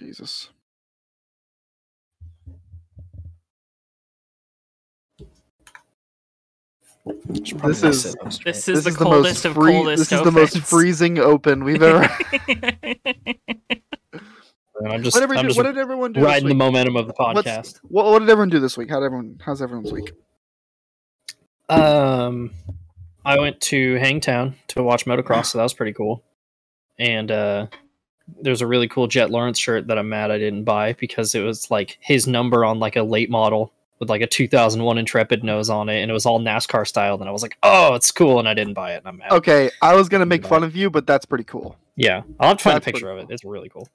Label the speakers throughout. Speaker 1: Jesus.
Speaker 2: Should probably
Speaker 1: This
Speaker 2: not
Speaker 1: is-
Speaker 2: set those straight.
Speaker 3: This is the coldest of
Speaker 1: free-
Speaker 3: coldest
Speaker 1: This is the most
Speaker 3: opens.
Speaker 1: freezing open we've ever.
Speaker 2: And I'm just,
Speaker 1: what, every,
Speaker 2: I'm just
Speaker 1: what did everyone do? This
Speaker 2: riding the
Speaker 1: week?
Speaker 2: momentum of the
Speaker 1: What's-
Speaker 2: podcast.
Speaker 1: What, what did everyone do this week? How did everyone? How's everyone's week?
Speaker 2: Um, I went to Hangtown to watch motocross, so that was pretty cool. And uh, there's a really cool Jet Lawrence shirt that I'm mad I didn't buy because it was like his number on like a late model with like a 2001 Intrepid nose on it, and it was all NASCAR styled. And I was like, oh, it's cool, and I didn't buy it, and I'm mad.
Speaker 1: Okay, I was gonna make fun of you, but that's pretty cool.
Speaker 2: Yeah, I'll have to find a
Speaker 1: That's
Speaker 2: picture
Speaker 1: pretty
Speaker 2: of it.
Speaker 1: cool.
Speaker 2: It's really cool.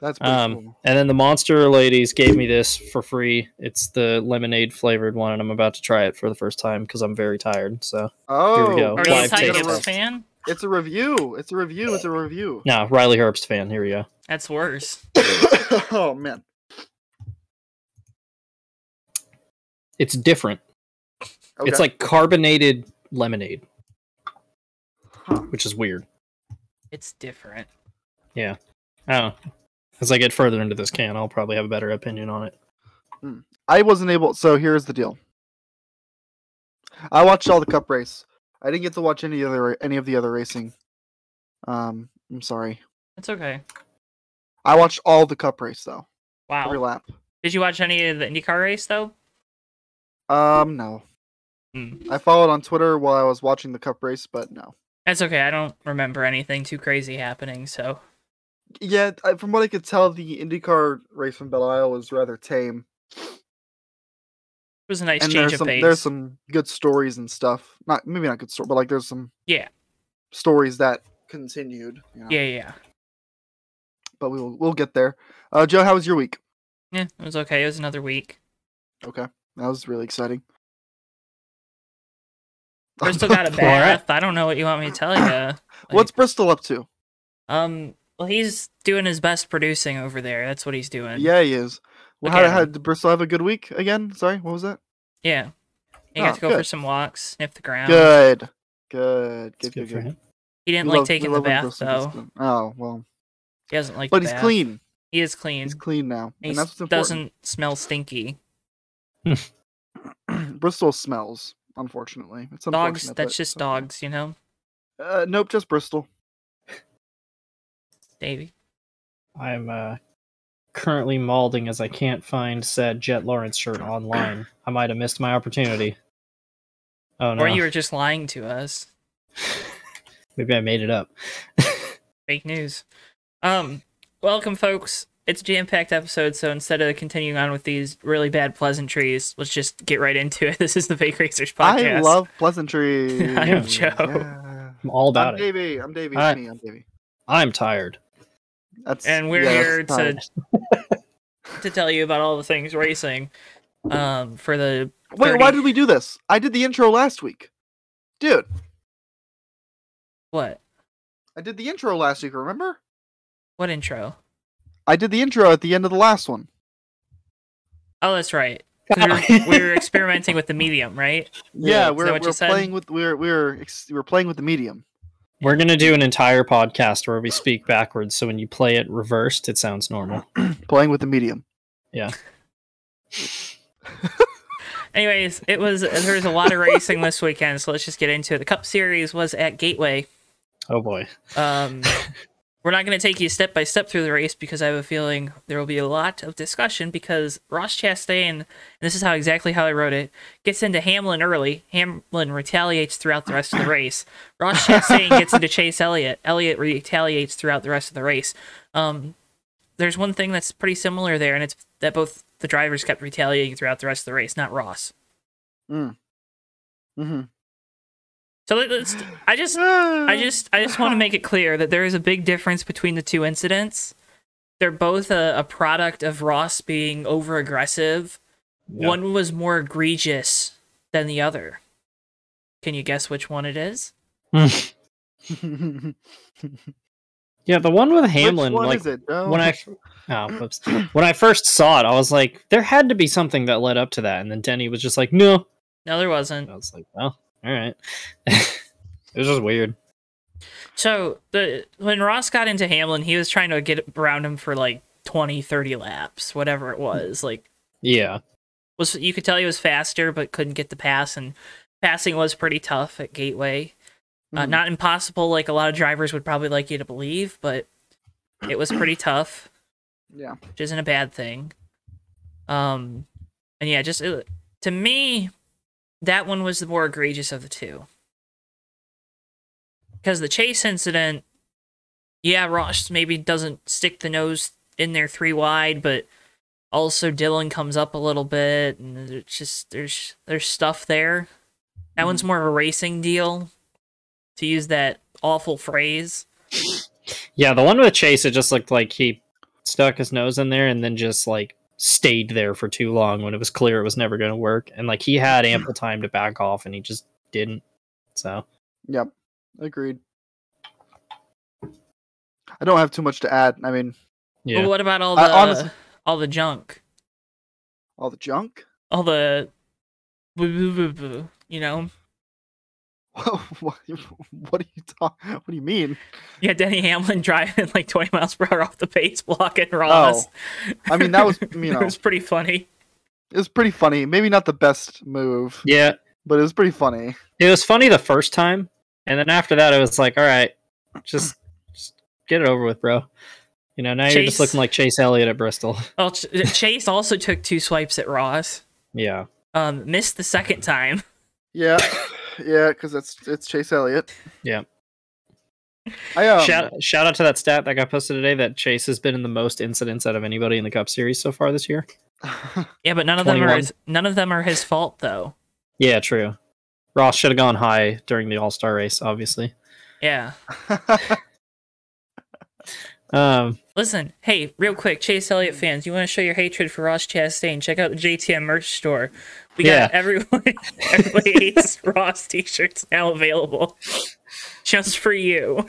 Speaker 1: That's pretty
Speaker 2: Um,
Speaker 1: cool.
Speaker 2: and then the Monster Ladies gave me this for free. It's the lemonade flavored one, and I'm about to try it for the first time because I'm very tired. So,
Speaker 1: Oh,
Speaker 2: go.
Speaker 3: Are you a
Speaker 2: Live
Speaker 3: Ty
Speaker 2: taste
Speaker 3: Gibbs
Speaker 2: test.
Speaker 3: fan?
Speaker 1: It's a review. It's a review. It's a review.
Speaker 2: nah, Riley Herbst fan. Here we go.
Speaker 3: That's worse.
Speaker 1: oh man.
Speaker 2: It's different.
Speaker 1: Okay.
Speaker 2: It's like carbonated lemonade,
Speaker 1: Huh.
Speaker 2: which is weird.
Speaker 3: It's different.
Speaker 2: I don't know. As I get further into this can, I'll probably have a better opinion on it.
Speaker 1: I wasn't able. So here's the deal. I watched all the cup race. I didn't get to watch any other any of the other racing. Um, I'm sorry.
Speaker 3: It's okay.
Speaker 1: I watched all the cup race though.
Speaker 3: Wow.
Speaker 1: Every lap.
Speaker 3: Did you watch any of the IndyCar race though?
Speaker 1: Um, no.
Speaker 3: Hmm.
Speaker 1: I followed on Twitter while I was watching the cup race, but no.
Speaker 3: That's okay. I don't remember anything too crazy happening. So
Speaker 1: Yeah, I, from what I could tell, the IndyCar race from Belle Isle was rather tame,
Speaker 3: it was a nice
Speaker 1: and
Speaker 3: change
Speaker 1: there's
Speaker 3: of
Speaker 1: some
Speaker 3: pace.
Speaker 1: there's some good stories and stuff. Not maybe not good story, but like there's some
Speaker 3: Yeah.
Speaker 1: stories that continued. You know?
Speaker 3: Yeah, yeah.
Speaker 1: but we will we'll get there. Uh, Joe, how was your week?
Speaker 3: Yeah, it was okay. It was another week.
Speaker 1: Okay, that was really exciting.
Speaker 3: Bristol got a
Speaker 2: All right.
Speaker 3: bath. I don't know what you want me to tell you.
Speaker 1: What's Bristol up to?
Speaker 3: Um, well, he's doing his best producing over there. That's what he's doing.
Speaker 1: Yeah, he is. Well, how,
Speaker 3: Okay.
Speaker 1: how did Bristol have a good week again? Sorry, what was that?
Speaker 3: Yeah. He
Speaker 1: Oh,
Speaker 3: got to go for
Speaker 1: good.
Speaker 3: some walks, sniff the ground.
Speaker 1: Good, good,
Speaker 2: It's
Speaker 1: good,
Speaker 2: good
Speaker 1: good.
Speaker 2: for
Speaker 1: good.
Speaker 2: him.
Speaker 3: He didn't
Speaker 1: We
Speaker 3: like
Speaker 1: love- we
Speaker 3: taking the
Speaker 1: love when
Speaker 3: bath
Speaker 1: Bristol gets
Speaker 3: though.
Speaker 1: clean. Oh well,
Speaker 3: He doesn't like.
Speaker 1: but
Speaker 3: the
Speaker 1: he's
Speaker 3: bath.
Speaker 1: clean.
Speaker 3: He is clean.
Speaker 1: He's clean now,
Speaker 3: He
Speaker 1: and that's what's important.
Speaker 3: doesn't smell stinky.
Speaker 1: Bristol smells, unfortunately. It's
Speaker 3: Dogs.
Speaker 1: unfortunate,
Speaker 3: That's
Speaker 1: but
Speaker 3: just
Speaker 1: it's okay.
Speaker 3: dogs, you know,
Speaker 1: Uh, nope, just Bristol.
Speaker 3: Davy.
Speaker 2: I'm uh, currently malding as I can't find said Jet Lawrence shirt online. I might have missed my opportunity. Oh no!
Speaker 3: Or you were just lying to us.
Speaker 2: Maybe I made it up.
Speaker 3: Fake news. Um, welcome, folks. It's a jam-packed episode, so instead of continuing on with these really bad pleasantries, let's just get right into it. This is the Fake Racers podcast.
Speaker 1: I love pleasantries.
Speaker 3: I am Joe.
Speaker 1: Yeah.
Speaker 2: I'm all
Speaker 1: I'm
Speaker 2: about it.
Speaker 1: Davey. I'm Davey.
Speaker 2: Alright.
Speaker 1: It's me. I'm Davey.
Speaker 2: I'm tired.
Speaker 1: That's
Speaker 3: and we're
Speaker 1: yeah, that's fine.
Speaker 3: here to to tell you about all the things racing. Um, for the
Speaker 1: Wait, why
Speaker 3: 30.
Speaker 1: did we do this? I did the intro last week. Dude,
Speaker 3: what?
Speaker 1: I did the intro last week, remember?
Speaker 3: What intro?
Speaker 1: I did the intro at the end of the last one.
Speaker 3: Oh, that's right. 'Cause We were, we were experimenting with the medium, right?
Speaker 2: Yeah,
Speaker 1: Yeah,
Speaker 2: is
Speaker 1: we're,
Speaker 3: that
Speaker 1: we're
Speaker 3: what you said?
Speaker 1: playing with we're we're ex- we're playing with the medium.
Speaker 2: We're gonna do an entire podcast where we speak backwards, so when you play it reversed, it sounds normal.
Speaker 1: Playing with the medium.
Speaker 3: Anyways, it was there was a lot of racing this weekend, so let's just get into it. The Cup Series was at Gateway.
Speaker 2: Oh boy.
Speaker 3: Um, we're not going to take you step by step through the race because I have a feeling there will be a lot of discussion because Ross Chastain, and this is how exactly how I wrote it, gets into Hamlin early. Hamlin retaliates throughout the rest of the race. Ross Chastain gets into Chase Elliott. Elliott retaliates throughout the rest of the race. Um, there's one thing that's pretty similar there, and it's that both the drivers kept retaliating throughout the rest of the race, not Ross.
Speaker 1: hmm
Speaker 3: So let- let's. I just
Speaker 1: I
Speaker 3: Mm-hmm. I just I just want to make it clear that there is a big difference between the two incidents. They're both a, a product of Ross being over aggressive.
Speaker 2: Yeah.
Speaker 3: One was more egregious than the other. Can you guess which one it is?
Speaker 2: Yeah, the one with Hamlin,
Speaker 1: Which one
Speaker 2: like
Speaker 1: is it, Joe?
Speaker 2: when I f- oh, whoops. when I first saw it, I was like, there had to be something that led up to that, and then Denny was just like, no.
Speaker 3: No, there wasn't.
Speaker 2: And I was like, well, all right. it was just weird.
Speaker 3: So the when Ross got into Hamlin, he was trying to get around him for like 20, 30 laps, whatever it was. Like
Speaker 2: Yeah.
Speaker 3: was you could tell he was faster, but couldn't get the pass, and passing was pretty tough at Gateway. Uh,
Speaker 1: Mhm.
Speaker 3: Not impossible, like a lot of drivers would probably like you to believe, but it was pretty tough
Speaker 1: Yeah.
Speaker 3: which isn't a bad thing. Um, and yeah, just it, to me, that one was the more egregious of the two because the chase incident. Yeah, Ross maybe doesn't stick the nose in there three wide, but also Dylan comes up a little bit, and it's just there's there's stuff there. That one's more of a racing deal, to use that awful phrase.
Speaker 2: Yeah, the one with Chase, it just looked like he stuck his nose in there and then just like stayed there for too long when it was clear it was never going to work. And like he had ample time to back off and he just didn't. So,
Speaker 1: Yep. Agreed. I don't have too much to add. I mean,
Speaker 2: yeah.
Speaker 3: But what about all the
Speaker 1: I honestly-
Speaker 3: all the junk?
Speaker 1: all the junk.
Speaker 3: all the boo boo boo boo. You know,
Speaker 1: what what do you talk? What do you mean?
Speaker 3: you had Denny Hamlin driving like 20 miles per hour off the pace, blocking Ross.
Speaker 1: I mean, that was Oh, you
Speaker 3: it
Speaker 1: know,
Speaker 3: was pretty funny.
Speaker 1: it was pretty funny. Maybe not the best move,
Speaker 2: Yeah.
Speaker 1: but it was pretty funny.
Speaker 2: It was funny the first time. And then after that, it was like, all right, just, just get it over with, bro. You know, now you're
Speaker 3: Chase-
Speaker 2: just looking like Chase Elliott at Bristol.
Speaker 3: Well, Ch- uh, Chase also took two swipes at Ross.
Speaker 2: Yeah.
Speaker 3: Um, missed the second time.
Speaker 1: Yeah, yeah, because it's it's Chase Elliott.
Speaker 2: Yeah.
Speaker 1: I um,
Speaker 2: shout, shout out to that stat that got posted today that Chase has been in the most incidents out of anybody in the Cup Series so far this year.
Speaker 3: Yeah, but none of them are
Speaker 2: 21.
Speaker 3: his, none of them are his fault though.
Speaker 2: Yeah, true. Ross should have gone high during the All Star race, obviously.
Speaker 3: Yeah.
Speaker 2: Um,
Speaker 3: Listen, hey, real quick, Chase Elliott fans, you want to show your hatred for Ross Chastain? Check out the JTM merch store. We got
Speaker 2: Yeah.
Speaker 3: everyone, everyone hates Ross t-shirts now available, just for you.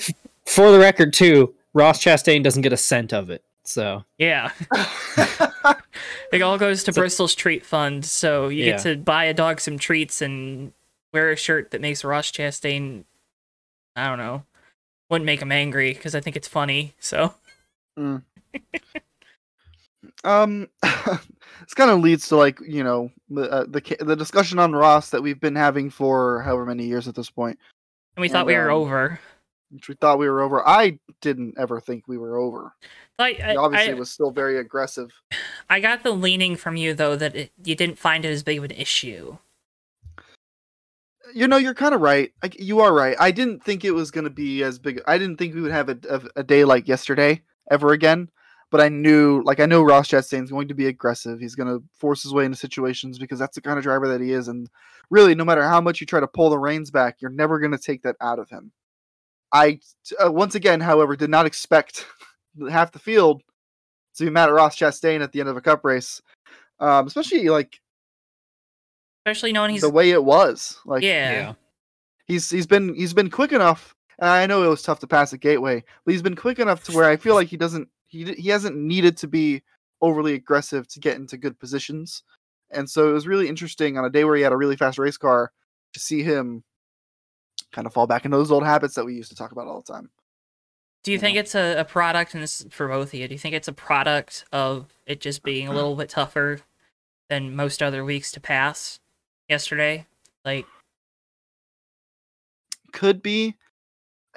Speaker 2: for the record, too, Ross Chastain doesn't get a cent of it. So
Speaker 3: Yeah, it all goes to
Speaker 2: So-
Speaker 3: Bristol's Treat Fund, so you get
Speaker 2: Yeah.
Speaker 3: to buy a dog some treats and wear a shirt that makes Ross Chastain. I don't know, wouldn't make him angry because I think it's funny. So
Speaker 1: um, this kind of leads to like you know the uh, the ca- the discussion on Ross that we've been having for however many years at this point,
Speaker 3: and we
Speaker 1: And,
Speaker 3: thought we were
Speaker 1: um,
Speaker 3: over.
Speaker 1: which we thought we were over. I didn't ever think we were over.
Speaker 3: I,
Speaker 1: He
Speaker 3: I,
Speaker 1: obviously
Speaker 3: I-
Speaker 1: was still very aggressive.
Speaker 3: I got the leaning from you though that it, you didn't find it as big of an issue.
Speaker 1: You know, you're kind of right. Like, you are right. I didn't think it was going to be as big. I didn't think we would have a, a, a day like yesterday ever again. But I knew, like, I know Ross Chastain's going to be aggressive. He's going to force his way into situations because that's the kind of driver that he is. And really, no matter how much you try to pull the reins back, you're never going to take that out of him. I, uh, once again, however, did not expect half the field to be mad at Ross Chastain at the end of a cup race, um, especially like
Speaker 3: Especially knowing he's
Speaker 1: the way it was. Like,
Speaker 3: yeah.
Speaker 1: he's he's been he's been quick enough. And I know it was tough to pass at Gateway, but he's been quick enough to where I feel like he doesn't he d- he hasn't needed to be overly aggressive to get into good positions. And so it was really interesting on a day where he had a really fast race car to see him kind of fall back into those old habits that we used to talk about all the time.
Speaker 3: Do you
Speaker 1: you
Speaker 3: think
Speaker 1: know.
Speaker 3: it's a, a product and this is for both of you, do you think it's a product of it just being a little bit tougher than most other weeks to pass yesterday? Like
Speaker 1: Could be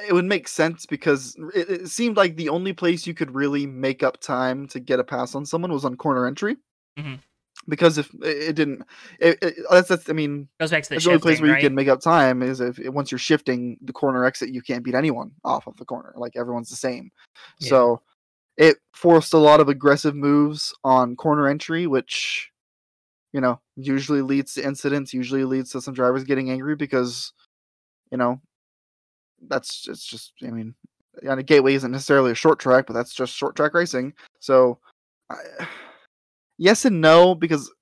Speaker 1: it would make sense because r- it, it seemed like the only place you could really make up time to get a pass on someone was on corner entry.
Speaker 3: Mhm.
Speaker 1: Because if it it didn't, it, it, that's, that's I mean,
Speaker 3: goes back to the
Speaker 1: That's the only
Speaker 3: shift
Speaker 1: place
Speaker 3: thing,
Speaker 1: where
Speaker 3: right?
Speaker 1: you can make up time is if once you're shifting the corner exit, you can't beat anyone off of the corner. Like everyone's the same.
Speaker 2: Yeah.
Speaker 1: So it forced a lot of aggressive moves on corner entry, which you know usually leads to incidents. Usually leads to some drivers getting angry because you know that's it's just. I mean, on a gateway isn't necessarily a short track, but that's just short track racing. So I, yes and no because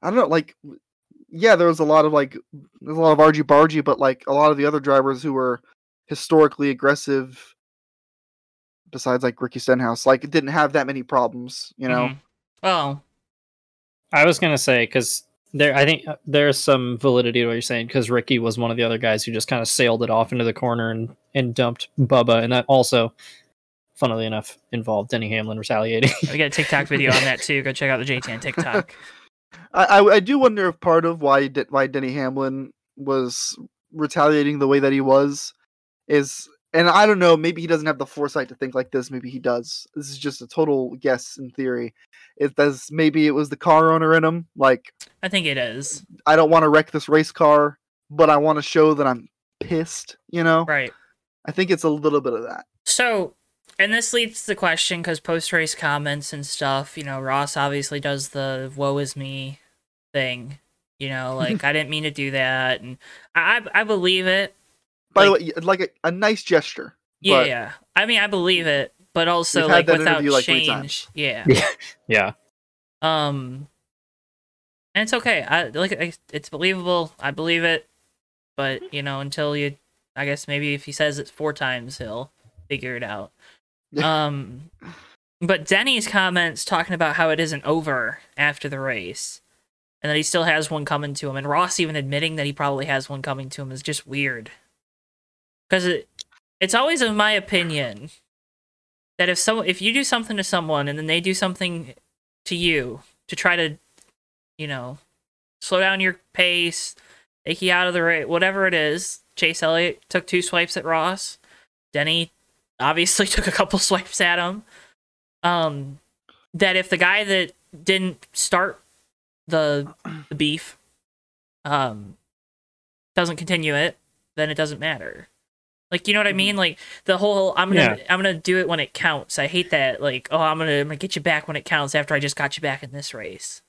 Speaker 1: I don't know. Like yeah, there was a lot of like there's a lot of argy bargy, but like a lot of the other drivers who were historically aggressive, besides like Ricky Stenhouse, like didn't have that many problems, you know.
Speaker 3: Mhm. Well,
Speaker 2: I was gonna say because there, I think uh, there's some validity to what you're saying because Ricky was one of the other guys who just kind of sailed it off into the corner and and dumped Bubba, and that also funnily enough, involved Denny Hamlin retaliating.
Speaker 3: We got a TikTok video on that too. Go check out the JTN TikTok.
Speaker 1: I, I, I do wonder if part of why De- why Denny Hamlin was retaliating the way that he was is, and I don't know, maybe he doesn't have the foresight to think like this. Maybe he does. This is just a total guess in theory. It does. Maybe it was the car owner in him. Like
Speaker 3: I think it is
Speaker 1: I don't want to wreck this race car, but I want to show that I'm pissed. You know.
Speaker 3: right.
Speaker 1: I think it's a little bit of that.
Speaker 3: So, and this leads to the question because post race comments and stuff, you know, Ross obviously does the woe is me thing. You know, like I didn't mean to do that, and I I I believe it.
Speaker 1: By
Speaker 3: Like-
Speaker 1: the way, y- like a, a nice gesture.
Speaker 3: Yeah,
Speaker 1: But-
Speaker 3: yeah. I mean, I believe it, but also
Speaker 1: We've had
Speaker 3: like
Speaker 1: that
Speaker 3: without
Speaker 1: interview, like, three
Speaker 3: change.
Speaker 1: times.
Speaker 3: Yeah.
Speaker 2: yeah,
Speaker 3: Um. And it's okay. I like I, it's believable. I believe it, but you know, until you, I guess maybe if he says it four times, he'll figure it out. Um. But Denny's comments talking about how it isn't over after the race, and that he still has one coming to him, and Ross even admitting that he probably has one coming to him is just weird. Because it, it's always in my opinion that if so, if you do something to someone and then they do something to you to try to, you know, slow down your pace, take you out of the rate, whatever it is. Chase Elliott took two swipes at Ross. Denny obviously took a couple swipes at him. Um, that if the guy that didn't start the the beef, um, doesn't continue it, then it doesn't matter. Like you know what I mean? Like the whole I'm gonna I'm gonna do it when it counts. I hate that. Like oh I'm gonna I'm gonna get you back when it counts after I just got you back in this race.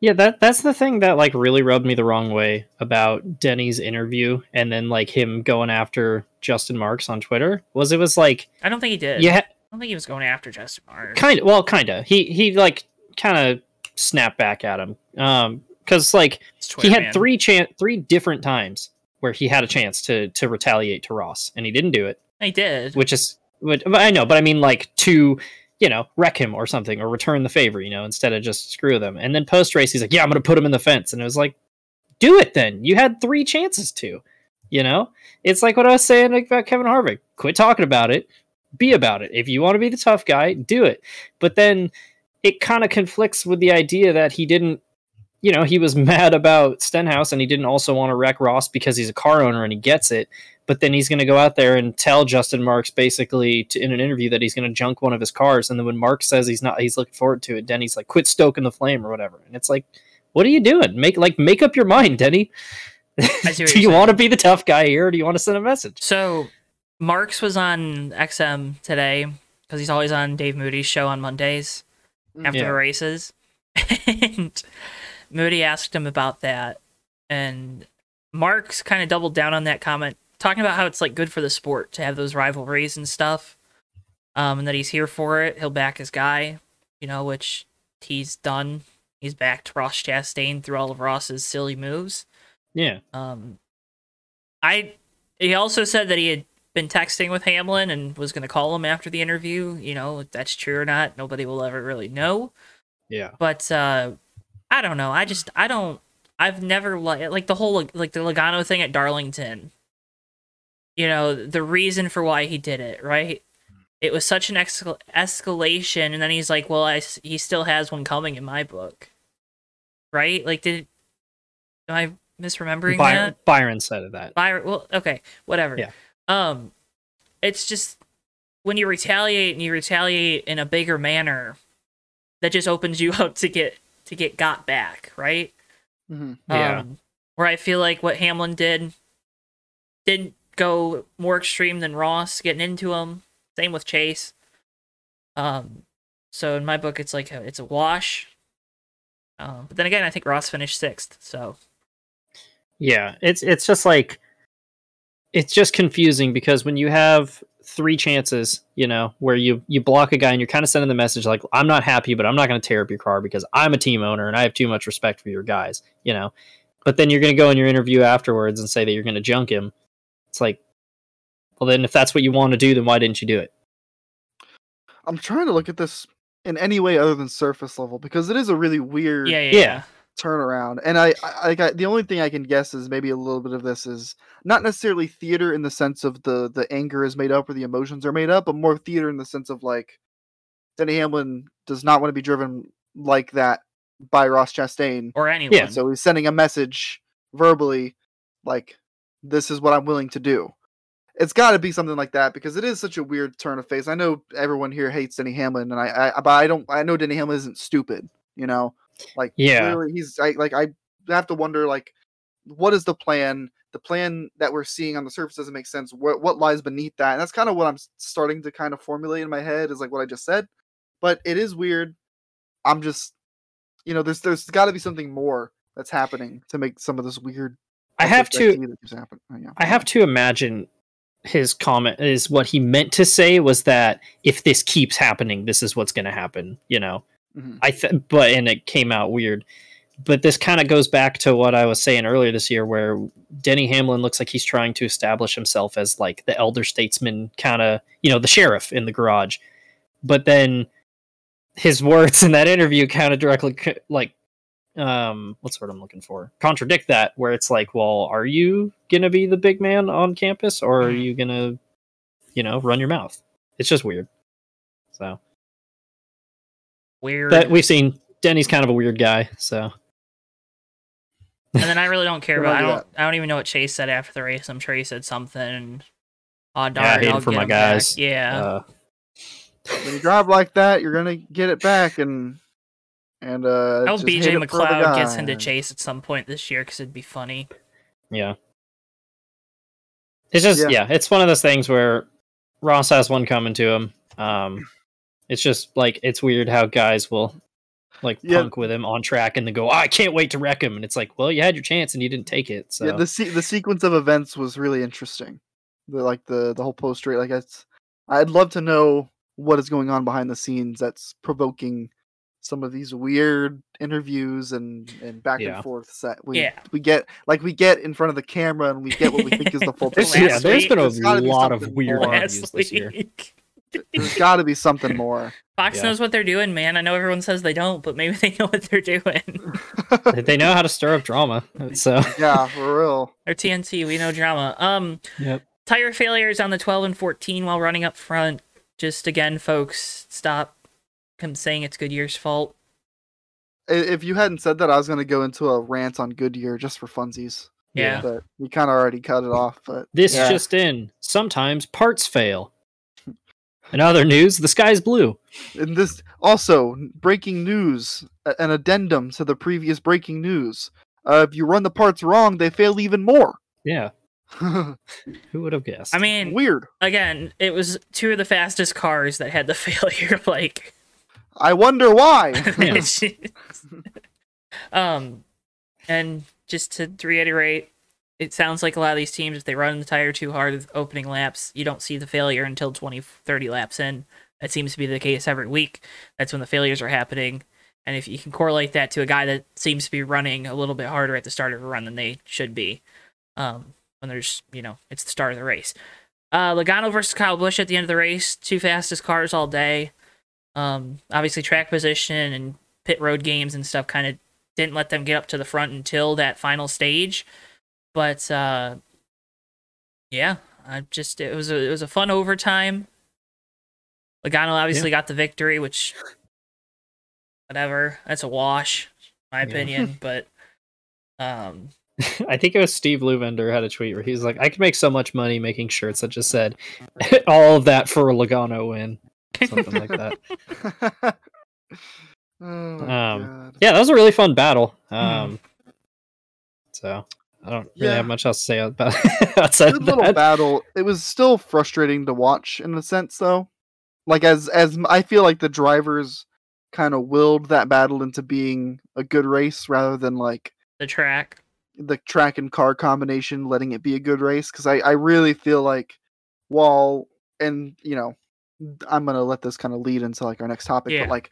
Speaker 2: yeah. That that's the thing that like really rubbed me the wrong way about Denny's interview, and then like him going after Justin Marks on Twitter was it was like
Speaker 3: I don't think he did.
Speaker 2: yeah,
Speaker 3: I don't think he was going after Justin Marks.
Speaker 2: kind of well kind of he he like kind of snapped back at him um because like
Speaker 3: It's
Speaker 2: he
Speaker 3: Twitter,
Speaker 2: had
Speaker 3: man.
Speaker 2: three chan three different times where he had a chance to to retaliate to ross and he didn't do it
Speaker 3: He did.
Speaker 2: which is which, but i know but i mean like to you know wreck him or something or return the favor you know instead of just screw them and then post race he's like yeah i'm gonna put him in the fence and it was like do it then you had three chances to you know it's like what i was saying about kevin harvick quit talking about it be about it if you want to be the tough guy do it but then it kind of conflicts with the idea that he didn't you know he was mad about stenhouse and he didn't also want to wreck ross because he's a car owner and he gets it but then he's going to go out there and tell justin marks basically to, in an interview that he's going to junk one of his cars and then when marks says he's not he's looking forward to it denny's like quit stoking the flame or whatever and it's like what are you doing make like make up your mind denny
Speaker 3: I see what
Speaker 2: do
Speaker 3: you're
Speaker 2: you want to be the tough guy here or do you want to send a message
Speaker 3: So Marks was on XM today because he's always on Dave Moody's show on Mondays after
Speaker 2: Yeah.
Speaker 3: the races. and Moody asked him about that. And Marks kind of doubled down on that comment, talking about how it's like good for the sport to have those rivalries and stuff. Um, and that he's here for it. He'll back his guy, you know, which he's done. He's backed Ross Chastain through all of Ross's silly moves.
Speaker 2: yeah
Speaker 3: Um, I he also said that he had been texting with Hamlin and was going to call him after the interview. You know, if that's true or not, nobody will ever really know.
Speaker 2: yeah
Speaker 3: But uh, I don't know. I just I don't. I've never like like the whole like the Logano thing at Darlington. You know the reason for why he did it, right? It was such an escal- escalation, and then he's like, "Well, I s- he still has one coming in my book, right?" Like, did am I misremembering that?
Speaker 2: byron, byron said of that
Speaker 3: Byron. Well, okay, whatever.
Speaker 2: Yeah.
Speaker 3: Um, it's just when you retaliate and you retaliate in a bigger manner, that just opens you up to get to get got back, right?
Speaker 1: hmm
Speaker 2: Yeah.
Speaker 3: Um, where I feel like what Hamlin did didn't go more extreme than Ross getting into him. Same with Chase. Um, so in my book, it's like a, it's a wash. Um, but then again, I think Ross finished sixth, so
Speaker 2: Yeah, it's it's just like it's just confusing because when you have three chances, you know, where you you block a guy and you're kind of sending the message like I'm not happy, but I'm not going to tear up your car because I'm a team owner and I have too much respect for your guys, you know. But then you're going to go in your interview afterwards and say that you're going to junk him. It's like well then if that's what you want to do then why didn't you do it?
Speaker 1: I'm trying to look at this in any way other than surface level because it is a really weird
Speaker 3: yeah, yeah,
Speaker 2: Yeah.
Speaker 3: yeah.
Speaker 1: turnaround. And I, I, I got, the only thing I can guess is maybe a little bit of this is not necessarily theater in the sense of the the anger is made up or the emotions are made up, but more theater in the sense of like Denny Hamlin does not want to be driven like that by Ross Chastain.
Speaker 3: or anyone.
Speaker 2: Yeah.
Speaker 1: So he's sending a message verbally, like, this is what I'm willing to do. It's got to be something like that because it is such a weird turn of face. I know everyone here hates Denny Hamlin, and I, I but I don't, I know Denny Hamlin isn't stupid, you know? Like,
Speaker 2: Yeah.
Speaker 1: clearly he's, I, like, I have to wonder, like, what is the plan? The plan that we're seeing on the surface doesn't make sense. What, what lies beneath that? And that's kind of what I'm s- starting to kind of formulate in my head is like what I just said, but it is weird. I'm just, you know, there's, there's got to be something more that's happening to make some of this weird
Speaker 2: I have to
Speaker 1: activity that keeps happening. Oh, yeah.
Speaker 2: I have to imagine his comment is what he meant to say was that if this keeps happening, this is what's going to happen. You know,
Speaker 1: Mhm.
Speaker 2: I th- but and it came out weird. But this kind of goes back to what I was saying earlier this year, where Denny Hamlin looks like he's trying to establish himself as like the elder statesman, kind of you know the sheriff in the garage. But then his words in that interview kind of directly co- like um what's the word i'm looking for contradict that where it's like well are you gonna be the big man on campus or are
Speaker 3: Mhm.
Speaker 2: you gonna you know run your mouth it's just weird so
Speaker 3: Weird.
Speaker 2: but we've seen denny's kind of a weird guy so
Speaker 3: and then I really don't care
Speaker 1: Don't
Speaker 3: about. I
Speaker 1: do
Speaker 3: don't. I don't even know what Chase said after the race. I'm sure he said something. Oh darn!
Speaker 2: I hate it
Speaker 3: I'll
Speaker 2: for
Speaker 3: get
Speaker 2: my
Speaker 3: him back."
Speaker 2: guys.
Speaker 3: Yeah.
Speaker 2: uh,
Speaker 1: when you drive like that, you're gonna get it back, and and uh.
Speaker 3: I hope
Speaker 1: just
Speaker 3: BJ
Speaker 1: hate it for the
Speaker 3: McLeod gets
Speaker 1: guy.
Speaker 3: into Chase at some point this year because it'd be funny.
Speaker 2: yeah it's just
Speaker 1: Yeah.
Speaker 2: yeah. it's one of those things where ross has one coming to him um it's just like it's weird how guys will like
Speaker 1: Yeah.
Speaker 2: punk with him on track and then go "Oh, i can't wait to wreck him and it's like well you had your chance and you didn't take it so
Speaker 1: Yeah, the se- the sequence of events was really interesting. The like the the whole post rate, like it's. I'd love to know what is going on behind the scenes that's provoking some of these weird interviews and and back
Speaker 2: Yeah.
Speaker 1: and forth set we
Speaker 3: Yeah.
Speaker 1: we get like we get in front of the camera and we get what we think is the full
Speaker 3: There's-
Speaker 1: picture.
Speaker 3: yeah, Last there's week-
Speaker 2: been a
Speaker 1: There's gotta be
Speaker 2: lot of
Speaker 1: something
Speaker 2: weird
Speaker 1: more.
Speaker 2: ass-
Speaker 3: Last
Speaker 2: interviews this year.
Speaker 3: week.
Speaker 1: there's got to be something more
Speaker 3: Fox
Speaker 2: Yeah.
Speaker 3: knows what they're doing, man. I know everyone says they don't, but maybe they know what they're doing.
Speaker 2: they know how to stir up drama so
Speaker 1: yeah for real
Speaker 3: or TNT, we know drama. Um,
Speaker 2: Yep.
Speaker 3: tire failures on the 12 and 14 while running up front. Just again, folks, stop him saying it's Goodyear's fault.
Speaker 1: I- if you hadn't said that, I was gonna go into a rant on Goodyear just for funsies.
Speaker 3: Yeah.
Speaker 1: But you kind of already cut it off. But
Speaker 2: This
Speaker 1: Yeah.
Speaker 2: just in. Sometimes parts fail. In other news, the sky's blue.
Speaker 1: and this also n- breaking news, a- an addendum to the previous breaking news. Uh, if you run the parts wrong, they fail even more.
Speaker 2: Yeah. Who would have guessed?
Speaker 3: I mean,
Speaker 1: Weird.
Speaker 3: again, it was two of the fastest cars that had the failure. Like,
Speaker 1: I wonder why.
Speaker 2: Yeah.
Speaker 3: it's just- um, and just to reiterate, it sounds like a lot of these teams, if they run the tire too hard with opening laps, you don't see the failure until 20, 30 laps in. That seems to be the case every week. That's when the failures are happening. And if you can correlate that to a guy that seems to be running a little bit harder at the start of a run than they should be, um, when there's, you know, it's the start of the race. Uh, Logano versus Kyle Busch at the end of the race, two fastest cars all day. Um, obviously, track position and pit road games and stuff kind of didn't let them get up to the front until that final stage. But uh, yeah, I just it was a it was a fun overtime. Logano obviously got the victory, which whatever, that's a wash, in my
Speaker 2: Yeah.
Speaker 3: opinion. but um,
Speaker 2: I think it was Steve Luvender had a tweet where he was like, I could make so much money making shirts that just said all of that for a Logano win. Something like that.
Speaker 1: oh my
Speaker 2: Um,
Speaker 1: God.
Speaker 2: Yeah, that was a really fun battle.
Speaker 1: Hmm.
Speaker 2: Um so I don't really
Speaker 1: Yeah.
Speaker 2: have much else to say about outside
Speaker 1: good
Speaker 2: of
Speaker 1: little
Speaker 2: that.
Speaker 1: battle. It was still frustrating to watch in a sense, though. Like as as m- I feel like the drivers kind of willed that battle into being a good race rather than like
Speaker 3: the track.
Speaker 1: the track and car combination letting it be a good race because I I really feel like while and you know I'm gonna let this kind of lead into like our next topic,
Speaker 3: Yeah.
Speaker 1: but like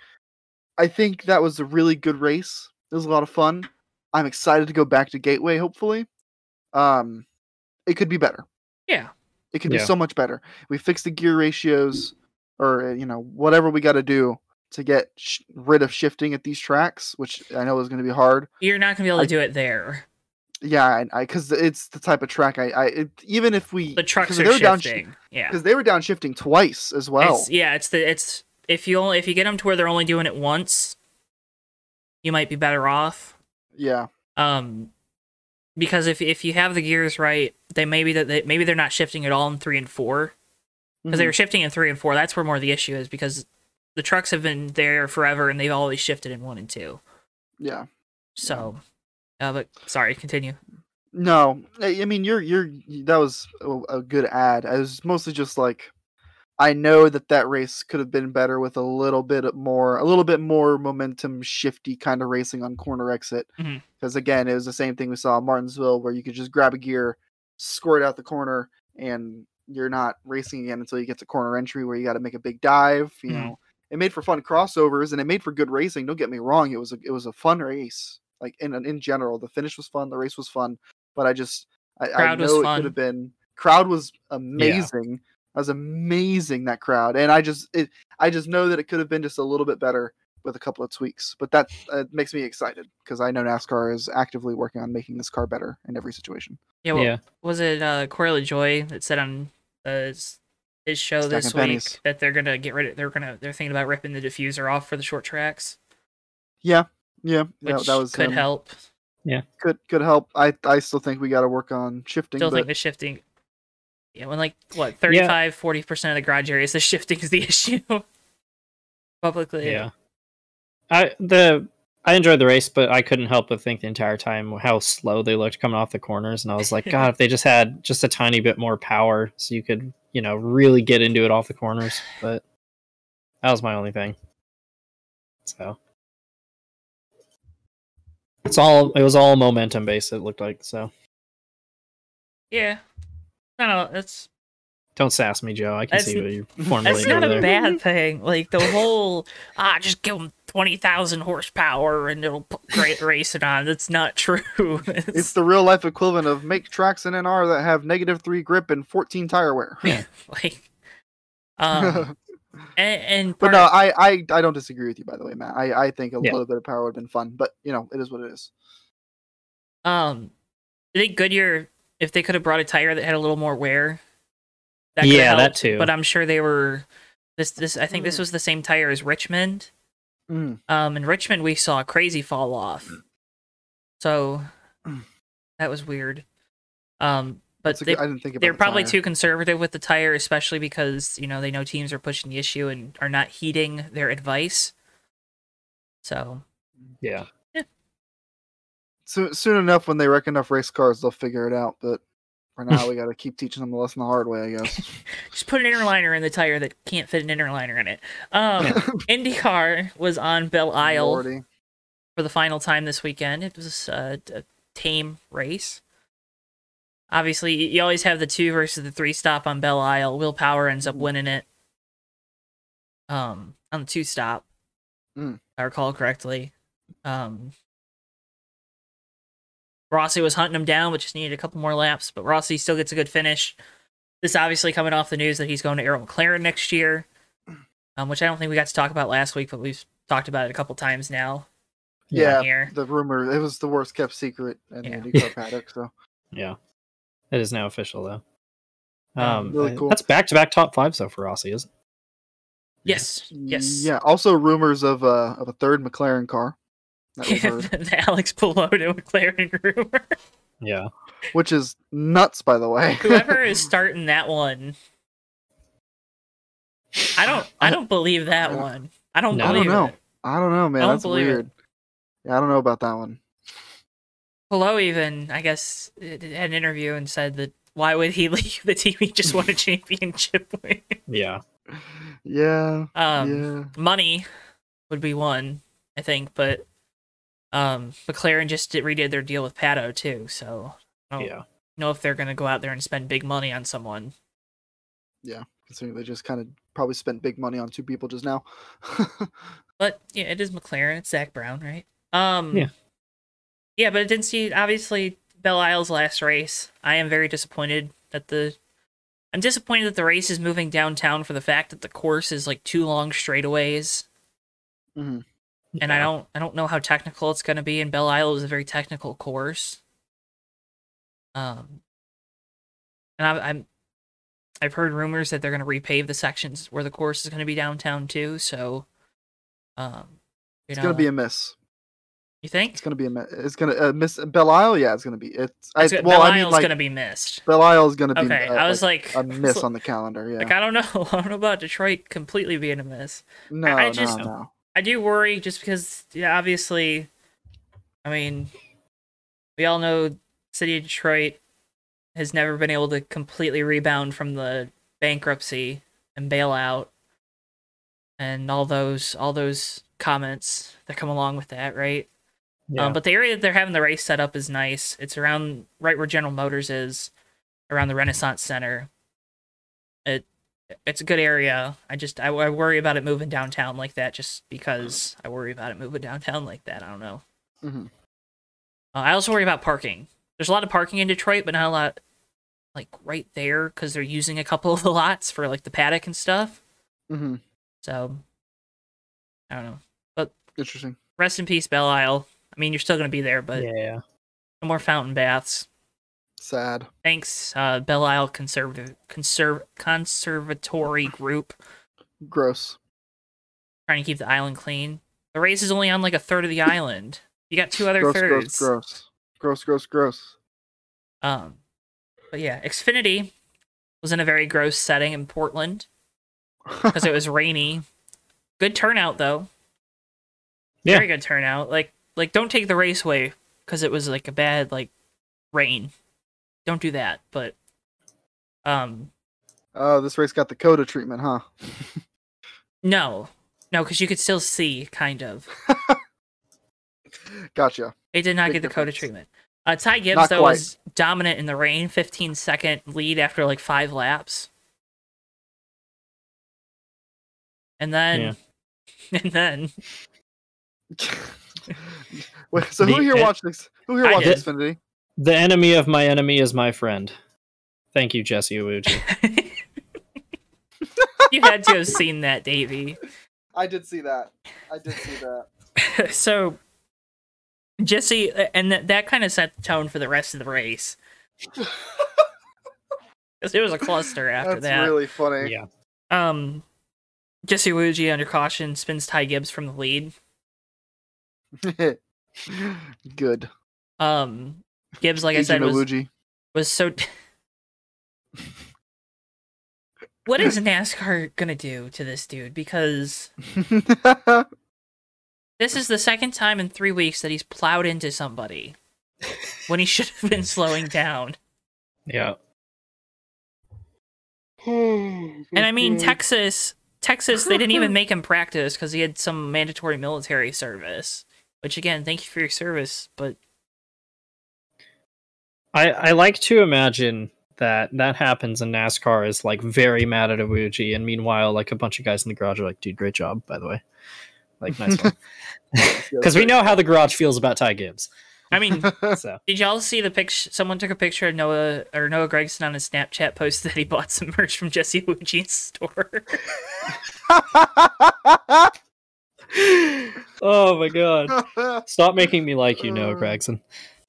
Speaker 1: I think that was a really good race. It was a lot of fun. I'm excited to go back to Gateway. Hopefully, um, it could be better.
Speaker 3: Yeah.
Speaker 1: It could
Speaker 2: Yeah.
Speaker 1: be so much better. We fixed the gear ratios, or uh, you know eh, whatever we got to do to get sh- rid of shifting at these tracks, which I know is going to be hard.
Speaker 3: You're not gonna be able to
Speaker 1: I-
Speaker 3: do it there.
Speaker 1: Yeah, I because it's the type of track I, I it, even if we
Speaker 3: The trucks
Speaker 1: 'cause
Speaker 3: are
Speaker 1: they were down
Speaker 3: shifting. yeah.
Speaker 1: because they were downshifting twice as well.
Speaker 3: It's, yeah, it's the it's if you only if you get them to where they're only doing it once, you might be better off.
Speaker 1: yeah,
Speaker 3: Um, because if if you have the gears right, they maybe that they, maybe they're not shifting at all in three and four because
Speaker 1: Mm-hmm.
Speaker 3: they were shifting in three and four. That's where more of the issue is because the trucks have been there forever and they've always shifted in one and two.
Speaker 1: Mm-hmm. yeah.
Speaker 3: So, uh, but sorry, continue.
Speaker 1: No, I I mean you're you're that was a, a good ad. I was mostly just like, I know that that race could have been better with a little bit more, a little bit more momentum shifty kind of racing on corner exit. Because
Speaker 3: Mhm.
Speaker 1: again, it was the same thing we saw in Martinsville, where you could just grab a gear, squirt out the corner, and you're not racing again until you get to corner entry where you got to make a big dive. You
Speaker 3: Mhm.
Speaker 1: know, it made for fun crossovers and it made for good racing. Don't get me wrong, it was a it was a fun race. Like in in general, the finish was fun, the race was fun but I just I, I
Speaker 3: Crowd was
Speaker 1: know it
Speaker 3: fun.
Speaker 1: could have been crowd was amazing. That was amazing that crowd, and I just it I just know that it could have been just a little bit better with a couple of tweaks. But that uh, makes me excited because I know NASCAR is actively working on making this car better in every situation.
Speaker 3: Yeah, well,
Speaker 2: Yeah.
Speaker 3: was it uh, Corey Joy that said on uh, his, his show
Speaker 1: Stacking
Speaker 3: this week
Speaker 1: pennies.
Speaker 3: that they're gonna get rid of they're gonna they're thinking about ripping the diffuser off for the short tracks,
Speaker 1: Yeah,
Speaker 3: which
Speaker 1: that, that was
Speaker 3: could
Speaker 1: him.
Speaker 3: help.
Speaker 1: Could could help. I I still think we got to work on shifting.
Speaker 3: Still
Speaker 1: but
Speaker 3: think the shifting. Yeah, when like what 35 40 percent of the garage areas, the shifting is the issue. Publicly,
Speaker 2: yeah. I the I enjoyed the race, but I couldn't help but think the entire time how slow they looked coming off the corners, and I was like, God, if they just had just a tiny bit more power, so you could you know really get into it off the corners. But that was my only thing. So it's all it was all momentum based. It looked like so.
Speaker 3: yeah. No, no, that's
Speaker 2: Don't sass me, Joe. I can
Speaker 3: That's-
Speaker 2: see what you're
Speaker 3: that's
Speaker 2: formulating
Speaker 3: not
Speaker 2: over
Speaker 3: a
Speaker 2: there.
Speaker 3: bad thing. Like the whole ah, just give them twenty thousand horsepower and it'll put great racing on. That's not true.
Speaker 1: it's the real life equivalent of make tracks in NR that have negative three grip and fourteen tire wear.
Speaker 3: like um and, and
Speaker 1: But
Speaker 3: part,
Speaker 1: no, I, I I don't disagree with you by the way, Matt. I, I think a
Speaker 2: Yeah.
Speaker 1: little bit of power would have been fun, but you know, it is what it is.
Speaker 3: um i think goodyear if they could have brought a tire that had a little more wear could have
Speaker 2: yeah, that
Speaker 3: helped,
Speaker 2: too.
Speaker 3: but i'm sure they were this this i think this was the same tire as richmond
Speaker 1: Mm.
Speaker 3: um in richmond we saw a crazy fall off so that was weird um but
Speaker 1: That's a
Speaker 3: they,
Speaker 1: good- I didn't think about
Speaker 3: they're
Speaker 1: the
Speaker 3: probably
Speaker 1: tire.
Speaker 3: too conservative with the tire especially because you know they know teams are pushing the issue and are not heeding their advice so
Speaker 2: yeah.
Speaker 1: So, soon enough, when they wreck enough race cars, they'll figure it out. But for now, we got to keep teaching them the lesson the hard way, I guess.
Speaker 3: Just put an inner liner in the tire that can't fit an inner liner in it. Um, IndyCar was on Belle Isle
Speaker 1: Lordy.
Speaker 3: for the final time this weekend. It was uh, a tame race. Obviously, y- you always have the two versus the three stop on Belle Isle. Will Power ends up winning it um, on the two stop,
Speaker 1: Mm.
Speaker 3: if I recall correctly. Um, Rossi was hunting him down, but just needed a couple more laps. But Rossi still gets a good finish. This obviously coming off the news that he's going to Arrow McLaren next year, um, which I don't think we got to talk about last week, but we've talked about it a couple times now.
Speaker 1: Yeah.
Speaker 3: on here.
Speaker 1: The rumor it was the worst kept secret in
Speaker 3: Yeah.
Speaker 1: the IndyCar paddock. So
Speaker 2: Yeah. It is now official though.
Speaker 3: Yeah,
Speaker 2: Um,
Speaker 1: really
Speaker 2: uh,
Speaker 1: cool.
Speaker 2: that's back to back top five so for Rossi, isn't it?
Speaker 3: Yes. Yes.
Speaker 1: yeah. Also, rumors of uh, of a third McLaren car. That we heard,
Speaker 3: the Alex Pelota McLaren rumor.
Speaker 2: Yeah.
Speaker 1: which is nuts, by the way.
Speaker 3: Whoever is starting that one, I don't. I don't believe that
Speaker 1: I-
Speaker 3: one. I don't
Speaker 2: No.
Speaker 1: I
Speaker 3: believe
Speaker 1: don't know.
Speaker 3: it.
Speaker 1: I don't know, man.
Speaker 3: don't
Speaker 1: That's
Speaker 3: believe it.
Speaker 1: weird. Yeah, I don't know about that one.
Speaker 3: Pelot even, I guess, had an interview and said that why would he leave the team he just won a championship with?
Speaker 2: Yeah.
Speaker 1: Yeah.
Speaker 3: Um,
Speaker 1: yeah.
Speaker 3: Money would be one, I think, but um, McLaren just did, redid their deal with Pato too, so I don't
Speaker 2: Yeah.
Speaker 3: know if they're going to go out there and spend big money on someone.
Speaker 1: Considering they just kind of probably spent big money on two people just now.
Speaker 3: But yeah, it is McLaren. It's Zach Brown, right? Um,
Speaker 2: Yeah.
Speaker 3: yeah, but it didn't see obviously Belle Isle's last race. I am very disappointed that the. I'm disappointed that the race is moving downtown for the fact that the course is like two long straightaways
Speaker 1: Mhm.
Speaker 3: and I don't I don't know how technical it's going to be. And Belle Isle is a very technical course. Um, and I, I'm I've heard rumors that they're going to repave the sections where the course is going to be downtown too. So, um, you
Speaker 1: It's
Speaker 3: know,
Speaker 1: gonna be a miss.
Speaker 3: you think
Speaker 1: It's gonna be a miss. It's gonna uh, miss Belle Isle. Yeah, it's gonna be. It's. I,
Speaker 3: It's gonna-
Speaker 1: well,
Speaker 3: Belle
Speaker 1: I mean,
Speaker 3: Isle's
Speaker 1: like
Speaker 3: going to be missed?
Speaker 1: Belle Isle is gonna be.
Speaker 3: Okay,
Speaker 1: uh,
Speaker 3: I was like,
Speaker 1: a miss on the calendar. Yeah.
Speaker 3: like I don't know, I don't know about Detroit completely being a miss.
Speaker 1: no,
Speaker 3: I just-
Speaker 1: no, no.
Speaker 3: I do worry just because yeah, obviously I mean we all know City of Detroit has never been able to completely rebound from the bankruptcy and bailout and all those all those comments that come along with that, right?
Speaker 2: Yeah.
Speaker 3: Um, but the area that they're having the race set up is nice. It's around right where General Motors is, around the Renaissance Center. It it's a good area. I just I, I worry about it moving downtown like that, just because I worry about it moving downtown like that. I don't know.
Speaker 1: Mhm.
Speaker 3: Uh, I also worry about parking. There's a lot of parking in Detroit, but not a lot like right there because they're using a couple of the lots for like the paddock and stuff.
Speaker 1: Mhm.
Speaker 3: So I don't know.
Speaker 1: Interesting.
Speaker 3: Rest in peace, Belle Isle. I mean, you're still gonna be there, but
Speaker 2: yeah.
Speaker 3: no more fountain baths.
Speaker 1: Sad.
Speaker 3: Thanks, uh, Belle Isle Conservative Conserv- Conservatory Group,
Speaker 1: Gross.
Speaker 3: trying to keep the island clean. The race is only on like a third of the island. You got two other
Speaker 1: Gross.
Speaker 3: thirds.
Speaker 1: Gross. Gross. Gross. Gross. Gross.
Speaker 3: Um, but yeah, Xfinity was in a very gross setting in Portland because it was rainy. Good turnout though.
Speaker 2: Yeah.
Speaker 3: Very good turnout. Like like don't take the race away because it was like a bad like rain. Don't do that. But um
Speaker 1: Oh, this race got the Coda treatment, huh?
Speaker 3: no. No, because you could still see kind of.
Speaker 1: Gotcha.
Speaker 3: It did not
Speaker 1: Big
Speaker 3: get the Coda
Speaker 1: difference.
Speaker 3: treatment. Uh, Ty Gibbs
Speaker 1: Not
Speaker 3: though
Speaker 1: quite.
Speaker 3: was dominant in the rain, 15 second lead after like five laps. And then and then
Speaker 1: Wait, so who
Speaker 2: The-
Speaker 1: here
Speaker 2: it-
Speaker 1: watched this? Who here
Speaker 3: I
Speaker 1: watched
Speaker 2: did.
Speaker 1: Xfinity?
Speaker 2: The enemy of my enemy is my friend. Thank you, Jesse Awuji.
Speaker 3: you had to have seen that, Davey.
Speaker 1: I did see that. I did see that.
Speaker 3: so Jesse, and th- that kind of set the tone for the rest of the race. 'Cause it was a cluster after
Speaker 1: That's
Speaker 3: that.
Speaker 1: really funny.
Speaker 2: yeah.
Speaker 3: um, Jesse Wuji under caution spins Ty Gibbs from the lead.
Speaker 1: Good.
Speaker 3: Um, Gibbs, like I
Speaker 1: Eiji
Speaker 3: said, was,
Speaker 1: Nobuji.
Speaker 3: was so. what is NASCAR gonna do to this dude? Because This is the second time in three weeks that he's plowed into somebody when he should have been slowing down.
Speaker 2: Yeah.
Speaker 3: And I mean, Texas, Texas, they didn't even make him practice because he had some mandatory military service. Which again, thank you for your service, but
Speaker 2: I, I like to imagine that that happens and NASCAR is like very mad at Awuji, and meanwhile, like a bunch of guys in the garage are like, "Dude, great job, by the way." Like, nice one. Because we know how the garage feels about Ty Gibbs.
Speaker 3: I mean,
Speaker 2: So
Speaker 3: did y'all see the picture? Someone took a picture of Noah or Noah Gregson on his Snapchat post that he bought some merch from Jesse Wuji's store.
Speaker 2: Oh my god. Stop making me like you, Noah
Speaker 1: Uh.
Speaker 2: Gregson.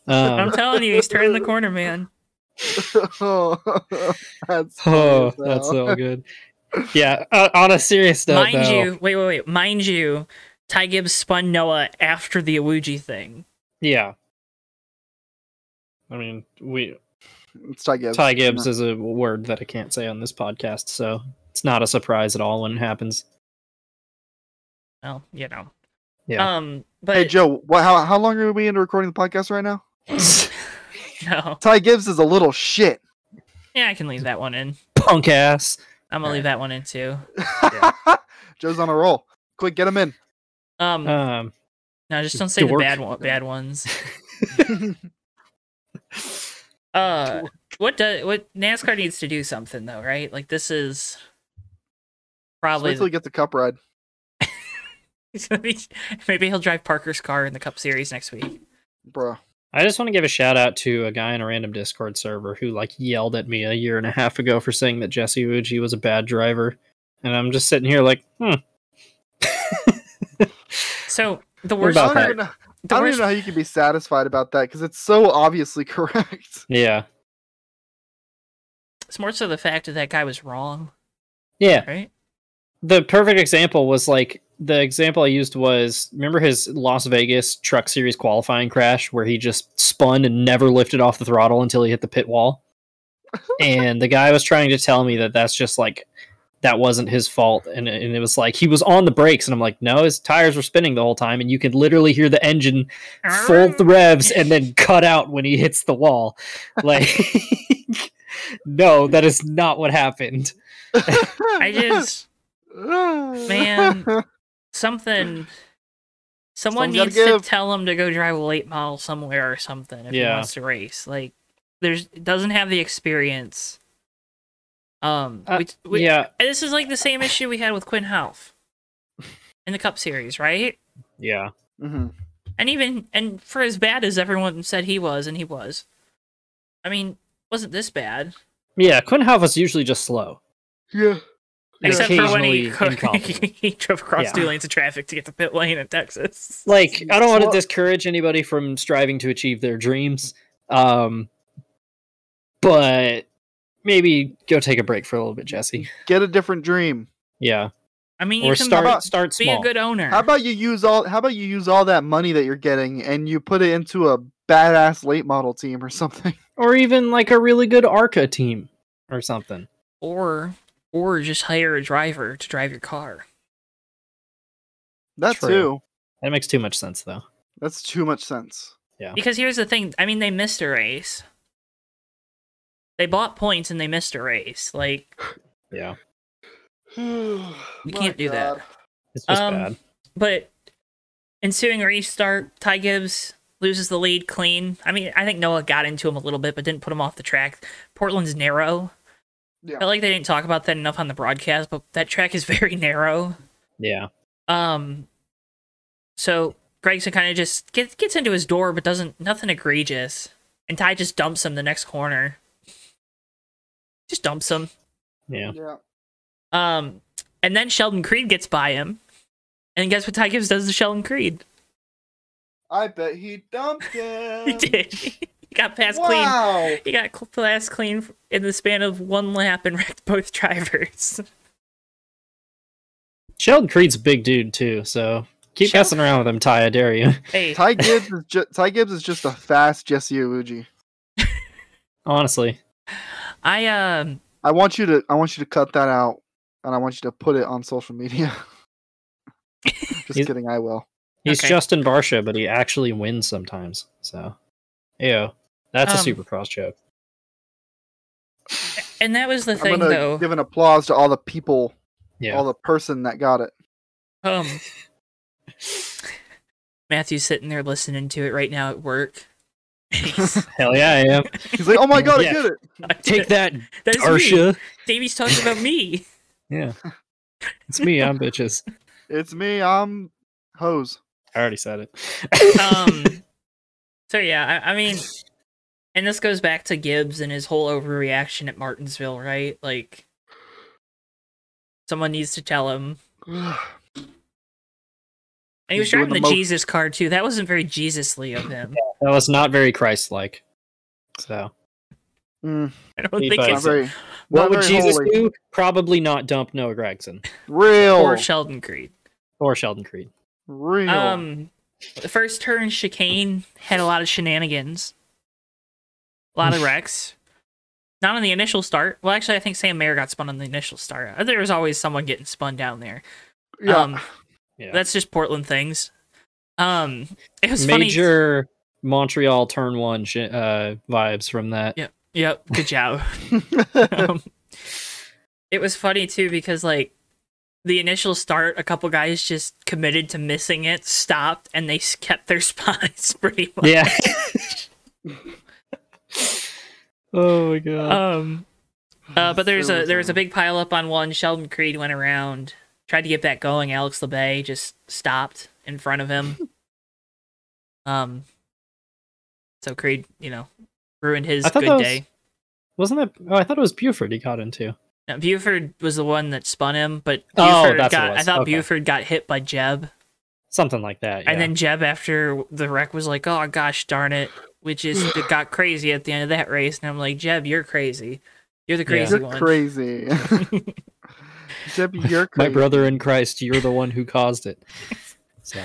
Speaker 3: I'm
Speaker 2: Um,
Speaker 3: telling you, he's turning the corner, man.
Speaker 1: oh, that's funny
Speaker 2: oh,
Speaker 1: as
Speaker 2: that's
Speaker 1: hell.
Speaker 2: so good. Yeah, uh, on a serious note,
Speaker 3: mind
Speaker 2: though,
Speaker 3: you, wait, wait, wait. Mind you, Ty Gibbs spun Noah after the Awuji thing.
Speaker 2: yeah. I mean, we
Speaker 1: It's Ty Gibbs.
Speaker 2: Ty Gibbs is a word that I can't say on this podcast, so it's not a surprise at all when it happens.
Speaker 3: Well, you know.
Speaker 2: Yeah.
Speaker 3: Um, but
Speaker 1: Hey Joe, what, how how long are we into recording the podcast right now?
Speaker 3: no.
Speaker 1: Ty Gibbs is a little shit.
Speaker 3: Yeah, I can leave that one in.
Speaker 2: Punk ass.
Speaker 3: I'm gonna leave that one in too.
Speaker 1: Joe's on a roll. Quick, get him in.
Speaker 3: Um,
Speaker 2: Um,
Speaker 3: no, just don't say the
Speaker 2: dork.
Speaker 3: bad one, bad ones. Uh, what does what NASCAR needs to do something though, right? Like this is
Speaker 1: Wait
Speaker 3: probably
Speaker 1: till he gets a cup ride.
Speaker 3: it's gonna be- maybe he'll drive Parker's car in the Cup Series next week.
Speaker 1: Bruh.
Speaker 2: I just want to give a shout out to a guy in a random Discord server who like yelled at me a year and a half ago for saying that Jesse Uji was a bad driver, and I'm just sitting here like, hmm.
Speaker 3: So the worst
Speaker 1: I
Speaker 2: about
Speaker 1: don't,
Speaker 2: that?
Speaker 3: part,
Speaker 1: even know,
Speaker 3: the
Speaker 1: I don't
Speaker 3: worst
Speaker 1: even know how you can be satisfied about that because it's so obviously correct.
Speaker 2: Yeah.
Speaker 3: It's more so the fact that that guy was wrong,
Speaker 2: Yeah.
Speaker 3: right?
Speaker 2: the perfect example was like the example I used was remember his Las Vegas Truck Series qualifying crash where he just spun and never lifted off the throttle until he hit the pit wall. and the guy was trying to tell me that that's just like that wasn't his fault and and it was like he was on the brakes and I'm like no his tires were spinning the whole time and you can literally hear the engine
Speaker 3: Ah.
Speaker 2: fold the revs and then cut out when he hits the wall. Like no that is not what happened.
Speaker 3: I just
Speaker 1: man.
Speaker 3: Man. something. Someone
Speaker 1: Someone's gotta
Speaker 3: needs to
Speaker 1: give.
Speaker 3: tell him to go drive a late model somewhere or something if he
Speaker 2: Yeah.
Speaker 3: wants to race. Like, there's doesn't have the experience. Um,
Speaker 2: Uh,
Speaker 3: we, we,
Speaker 2: yeah.
Speaker 3: and this is like the same issue we had with Quinn Half in the Cup Series, right?
Speaker 2: Yeah.
Speaker 1: hmm
Speaker 3: And even and for as bad as everyone said he was, and he was, I mean, wasn't this bad?
Speaker 2: Yeah, Quinn Half was usually just slow.
Speaker 1: Yeah.
Speaker 2: And
Speaker 3: Except for when
Speaker 2: occasionally
Speaker 3: he,
Speaker 2: incompetent.
Speaker 3: he drove across
Speaker 2: Yeah.
Speaker 3: two lanes of traffic to get to pit lane in Texas.
Speaker 2: Like, I don't want to
Speaker 1: Well-
Speaker 2: discourage anybody from striving to achieve their dreams. Um, but maybe go take a break for a little bit, Jesse.
Speaker 3: Mm-hmm.
Speaker 1: Get a different dream.
Speaker 2: Yeah,
Speaker 3: I mean, you
Speaker 2: or
Speaker 3: can
Speaker 2: start
Speaker 1: about-
Speaker 2: start
Speaker 3: be
Speaker 2: small.
Speaker 3: a good owner.
Speaker 1: How about you use all? How about you use all that money that you're getting and you put it into a badass late model team or something?
Speaker 2: or even like a really good Arca team or something.
Speaker 3: or or just hire a driver to drive your car.
Speaker 1: That
Speaker 2: True.
Speaker 1: too.
Speaker 2: That makes too much sense, though.
Speaker 1: That's too much sense.
Speaker 3: Because here's the thing. I mean, they missed a race. They bought points and they missed a race. Like
Speaker 2: Yeah,
Speaker 1: you
Speaker 3: we can't do that.
Speaker 2: it's just
Speaker 3: Um,
Speaker 2: bad.
Speaker 3: But ensuing restart, Ty Gibbs loses the lead clean. I mean, I think Noah got into him a little bit, but didn't put him off the track. Portland's narrow.
Speaker 1: Yeah.
Speaker 3: I felt like they didn't talk about that enough on the broadcast, but that track is very narrow.
Speaker 2: Yeah,
Speaker 3: Um, so Gregson kind of just gets gets into his door, but doesn't nothing egregious, and Ty just dumps him the next corner. Just dumps him.
Speaker 2: yeah.
Speaker 1: Yeah.
Speaker 3: Um, and then Sheldon Creed gets by him, and guess what Ty Gibbs does to Sheldon Creed?
Speaker 1: I bet he dumped him.
Speaker 3: He did. he got past clean.
Speaker 1: wow.
Speaker 3: He got cl- past clean in the span of one lap and wrecked both drivers.
Speaker 2: Sheldon Creed's a big dude too, so keep
Speaker 3: Sheldon-
Speaker 2: messing around with him, Ty. I dare you.
Speaker 3: hey,
Speaker 1: Ty Gibbs is ju- Ty Gibbs is just a fast Jesse Uji.
Speaker 2: Honestly,
Speaker 3: I um,
Speaker 1: I want you to I want you to cut that out and I want you to put it on social media. just
Speaker 2: He's-
Speaker 1: kidding, I will.
Speaker 2: He's
Speaker 3: Okay.
Speaker 2: Justin Barsha, but he actually wins sometimes. So, ew, that's
Speaker 3: Um,
Speaker 2: a supercross joke.
Speaker 3: and that was the
Speaker 1: I'm
Speaker 3: thing
Speaker 1: gonna
Speaker 3: though.
Speaker 1: give an applause to all the people,
Speaker 2: Yeah,
Speaker 1: all the person that got it.
Speaker 3: Um, Matthew's sitting there listening to it right now at work.
Speaker 2: hell yeah, I am.
Speaker 1: He's like, "Oh my god,
Speaker 2: Yeah.
Speaker 1: I get it!"
Speaker 2: Take that,
Speaker 3: that is me.
Speaker 2: Barsha.
Speaker 3: Davey's talking about me.
Speaker 2: Yeah, it's me. I'm bitches.
Speaker 1: It's me. I'm hose.
Speaker 2: I already said it.
Speaker 3: Um, so yeah, I, I mean, and this goes back to Gibbs and his whole overreaction at Martinsville, right? Like, someone needs to tell him.
Speaker 1: Mm,
Speaker 3: And he was
Speaker 1: He's doing
Speaker 3: driving the,
Speaker 1: the most.
Speaker 3: Jesus car too. That wasn't very Jesusly of him.
Speaker 2: that was not very Christ-like. So,
Speaker 1: Mm,
Speaker 3: I don't
Speaker 2: He
Speaker 3: think
Speaker 2: thought-
Speaker 1: not
Speaker 3: it's
Speaker 1: very.
Speaker 2: what
Speaker 1: not
Speaker 2: would
Speaker 1: very
Speaker 2: Jesus
Speaker 1: holy.
Speaker 2: do? Probably not dump Noah Gregson
Speaker 1: Real.
Speaker 3: or Sheldon Creed.
Speaker 2: or Sheldon Creed.
Speaker 1: real.
Speaker 3: Um, the first turn chicane had a lot of shenanigans, a lot of wrecks. Not on the initial start. Well, actually, I think Sam Mayer got spun on the initial start. Uh, There was always someone getting spun down there.
Speaker 1: yeah.
Speaker 3: Um,
Speaker 2: Yeah,
Speaker 3: that's just Portland things. Um, it was funny.
Speaker 2: major Montreal turn one sh- uh, vibes from that.
Speaker 3: Yeah. Yep. Good job. um, it was funny too because like the initial start, a couple guys just committed to missing it, stopped, and they s- kept their spots pretty much.
Speaker 2: Yeah. oh my god.
Speaker 3: um uh, but there's a
Speaker 1: Silly
Speaker 3: there was a
Speaker 1: time.
Speaker 3: big pile up on one sheldon creed went around tried to get back going alex lebay just stopped in front of him um so creed you know ruined his
Speaker 2: I thought
Speaker 3: good
Speaker 2: that was-
Speaker 3: day
Speaker 2: Wasn't that? Oh, I thought it was Buford he got into.
Speaker 3: Now, buford was the one that spun him but
Speaker 2: Oh,
Speaker 3: buford
Speaker 2: that's what it
Speaker 3: got i
Speaker 2: was.
Speaker 3: thought
Speaker 2: Okay.
Speaker 3: buford got hit by jeb
Speaker 2: something like that.
Speaker 3: And
Speaker 2: yeah.
Speaker 3: then Jeb, after the wreck, was like, "Oh gosh, darn it!" Which is it got crazy at the end of that race, and I'm like, "Jeb, you're crazy. You're the
Speaker 2: Yeah.
Speaker 3: crazy
Speaker 1: You're
Speaker 3: one."
Speaker 1: crazy. Jeb, you're
Speaker 2: my
Speaker 1: crazy.
Speaker 2: brother in Christ, you're the one who caused it. So,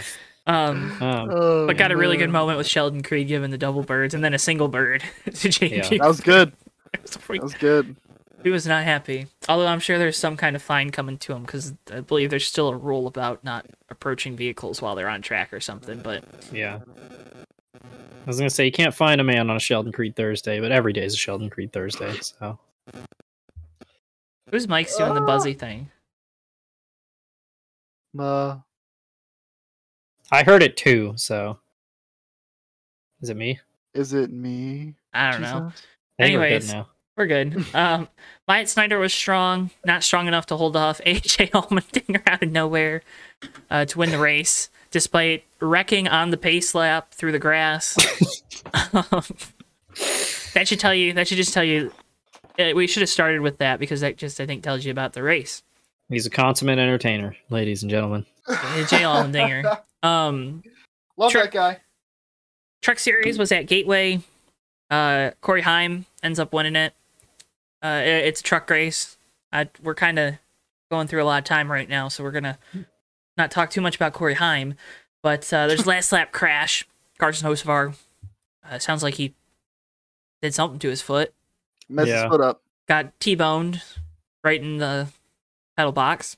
Speaker 3: Um,
Speaker 2: um,
Speaker 1: Oh,
Speaker 3: but got a really good
Speaker 1: man.
Speaker 3: moment with Sheldon Creed giving the double birds and then a single bird to JP.
Speaker 1: That was good. That was good.
Speaker 3: he was not happy. Although I'm sure there's some kind of fine coming to him because I believe there's still a rule about not approaching vehicles while they're on track or something. But
Speaker 2: yeah. I was gonna say you can't find a man on a Sheldon Creed Thursday, but every day is a Sheldon Creed Thursday. So
Speaker 3: who's Mike's doing the buzzy thing?
Speaker 1: Uh,
Speaker 2: I heard it too. So is it me?
Speaker 1: is it me?
Speaker 3: I don't
Speaker 1: she
Speaker 3: know.
Speaker 1: says?
Speaker 2: I think we're good
Speaker 3: Anyways.
Speaker 2: now.
Speaker 3: We're good. Um, Wyatt Snyder was strong, not strong enough to hold off AJ Allmendinger out of nowhere uh, to win the race, despite wrecking on the pace lap through the grass. um, that should tell you. That should just tell you. uh, we should have started with that because that just I think tells you about the race.
Speaker 2: He's a consummate entertainer, ladies and gentlemen.
Speaker 3: AJ Allmendinger. Um,
Speaker 1: Love
Speaker 3: Sure.
Speaker 1: that guy.
Speaker 3: Truck Series was at Gateway. Uh, Corey Heim ends up winning it. Uh, i- it's a truck race. I, we're kind of going through a lot of time right now, so we're gonna not talk too much about Corey Heim. But uh, there's last lap crash. Carson Hosevar. Uh, sounds like he did something to his foot.
Speaker 1: Mess
Speaker 2: Yeah.
Speaker 1: his foot up.
Speaker 3: Got T-boned right in the pedal box.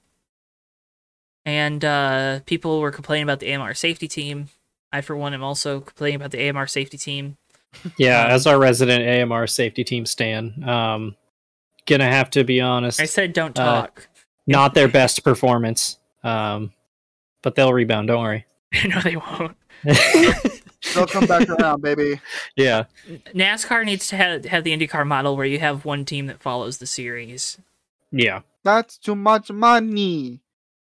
Speaker 3: And uh, people were complaining about the AMR safety team. I, for one, am also complaining about the AMR safety team.
Speaker 2: Yeah,
Speaker 3: Um,
Speaker 2: as our resident AMR safety team Stan, um, gonna have to be honest.
Speaker 3: I said don't
Speaker 2: Uh,
Speaker 3: talk.
Speaker 2: not their best performance. Um, but they'll rebound. Don't worry.
Speaker 3: no, they won't.
Speaker 1: They'll come back around, baby.
Speaker 2: yeah,
Speaker 3: NASCAR needs to have, have the IndyCar model where you have one team that follows the series.
Speaker 2: yeah.
Speaker 1: That's too much money.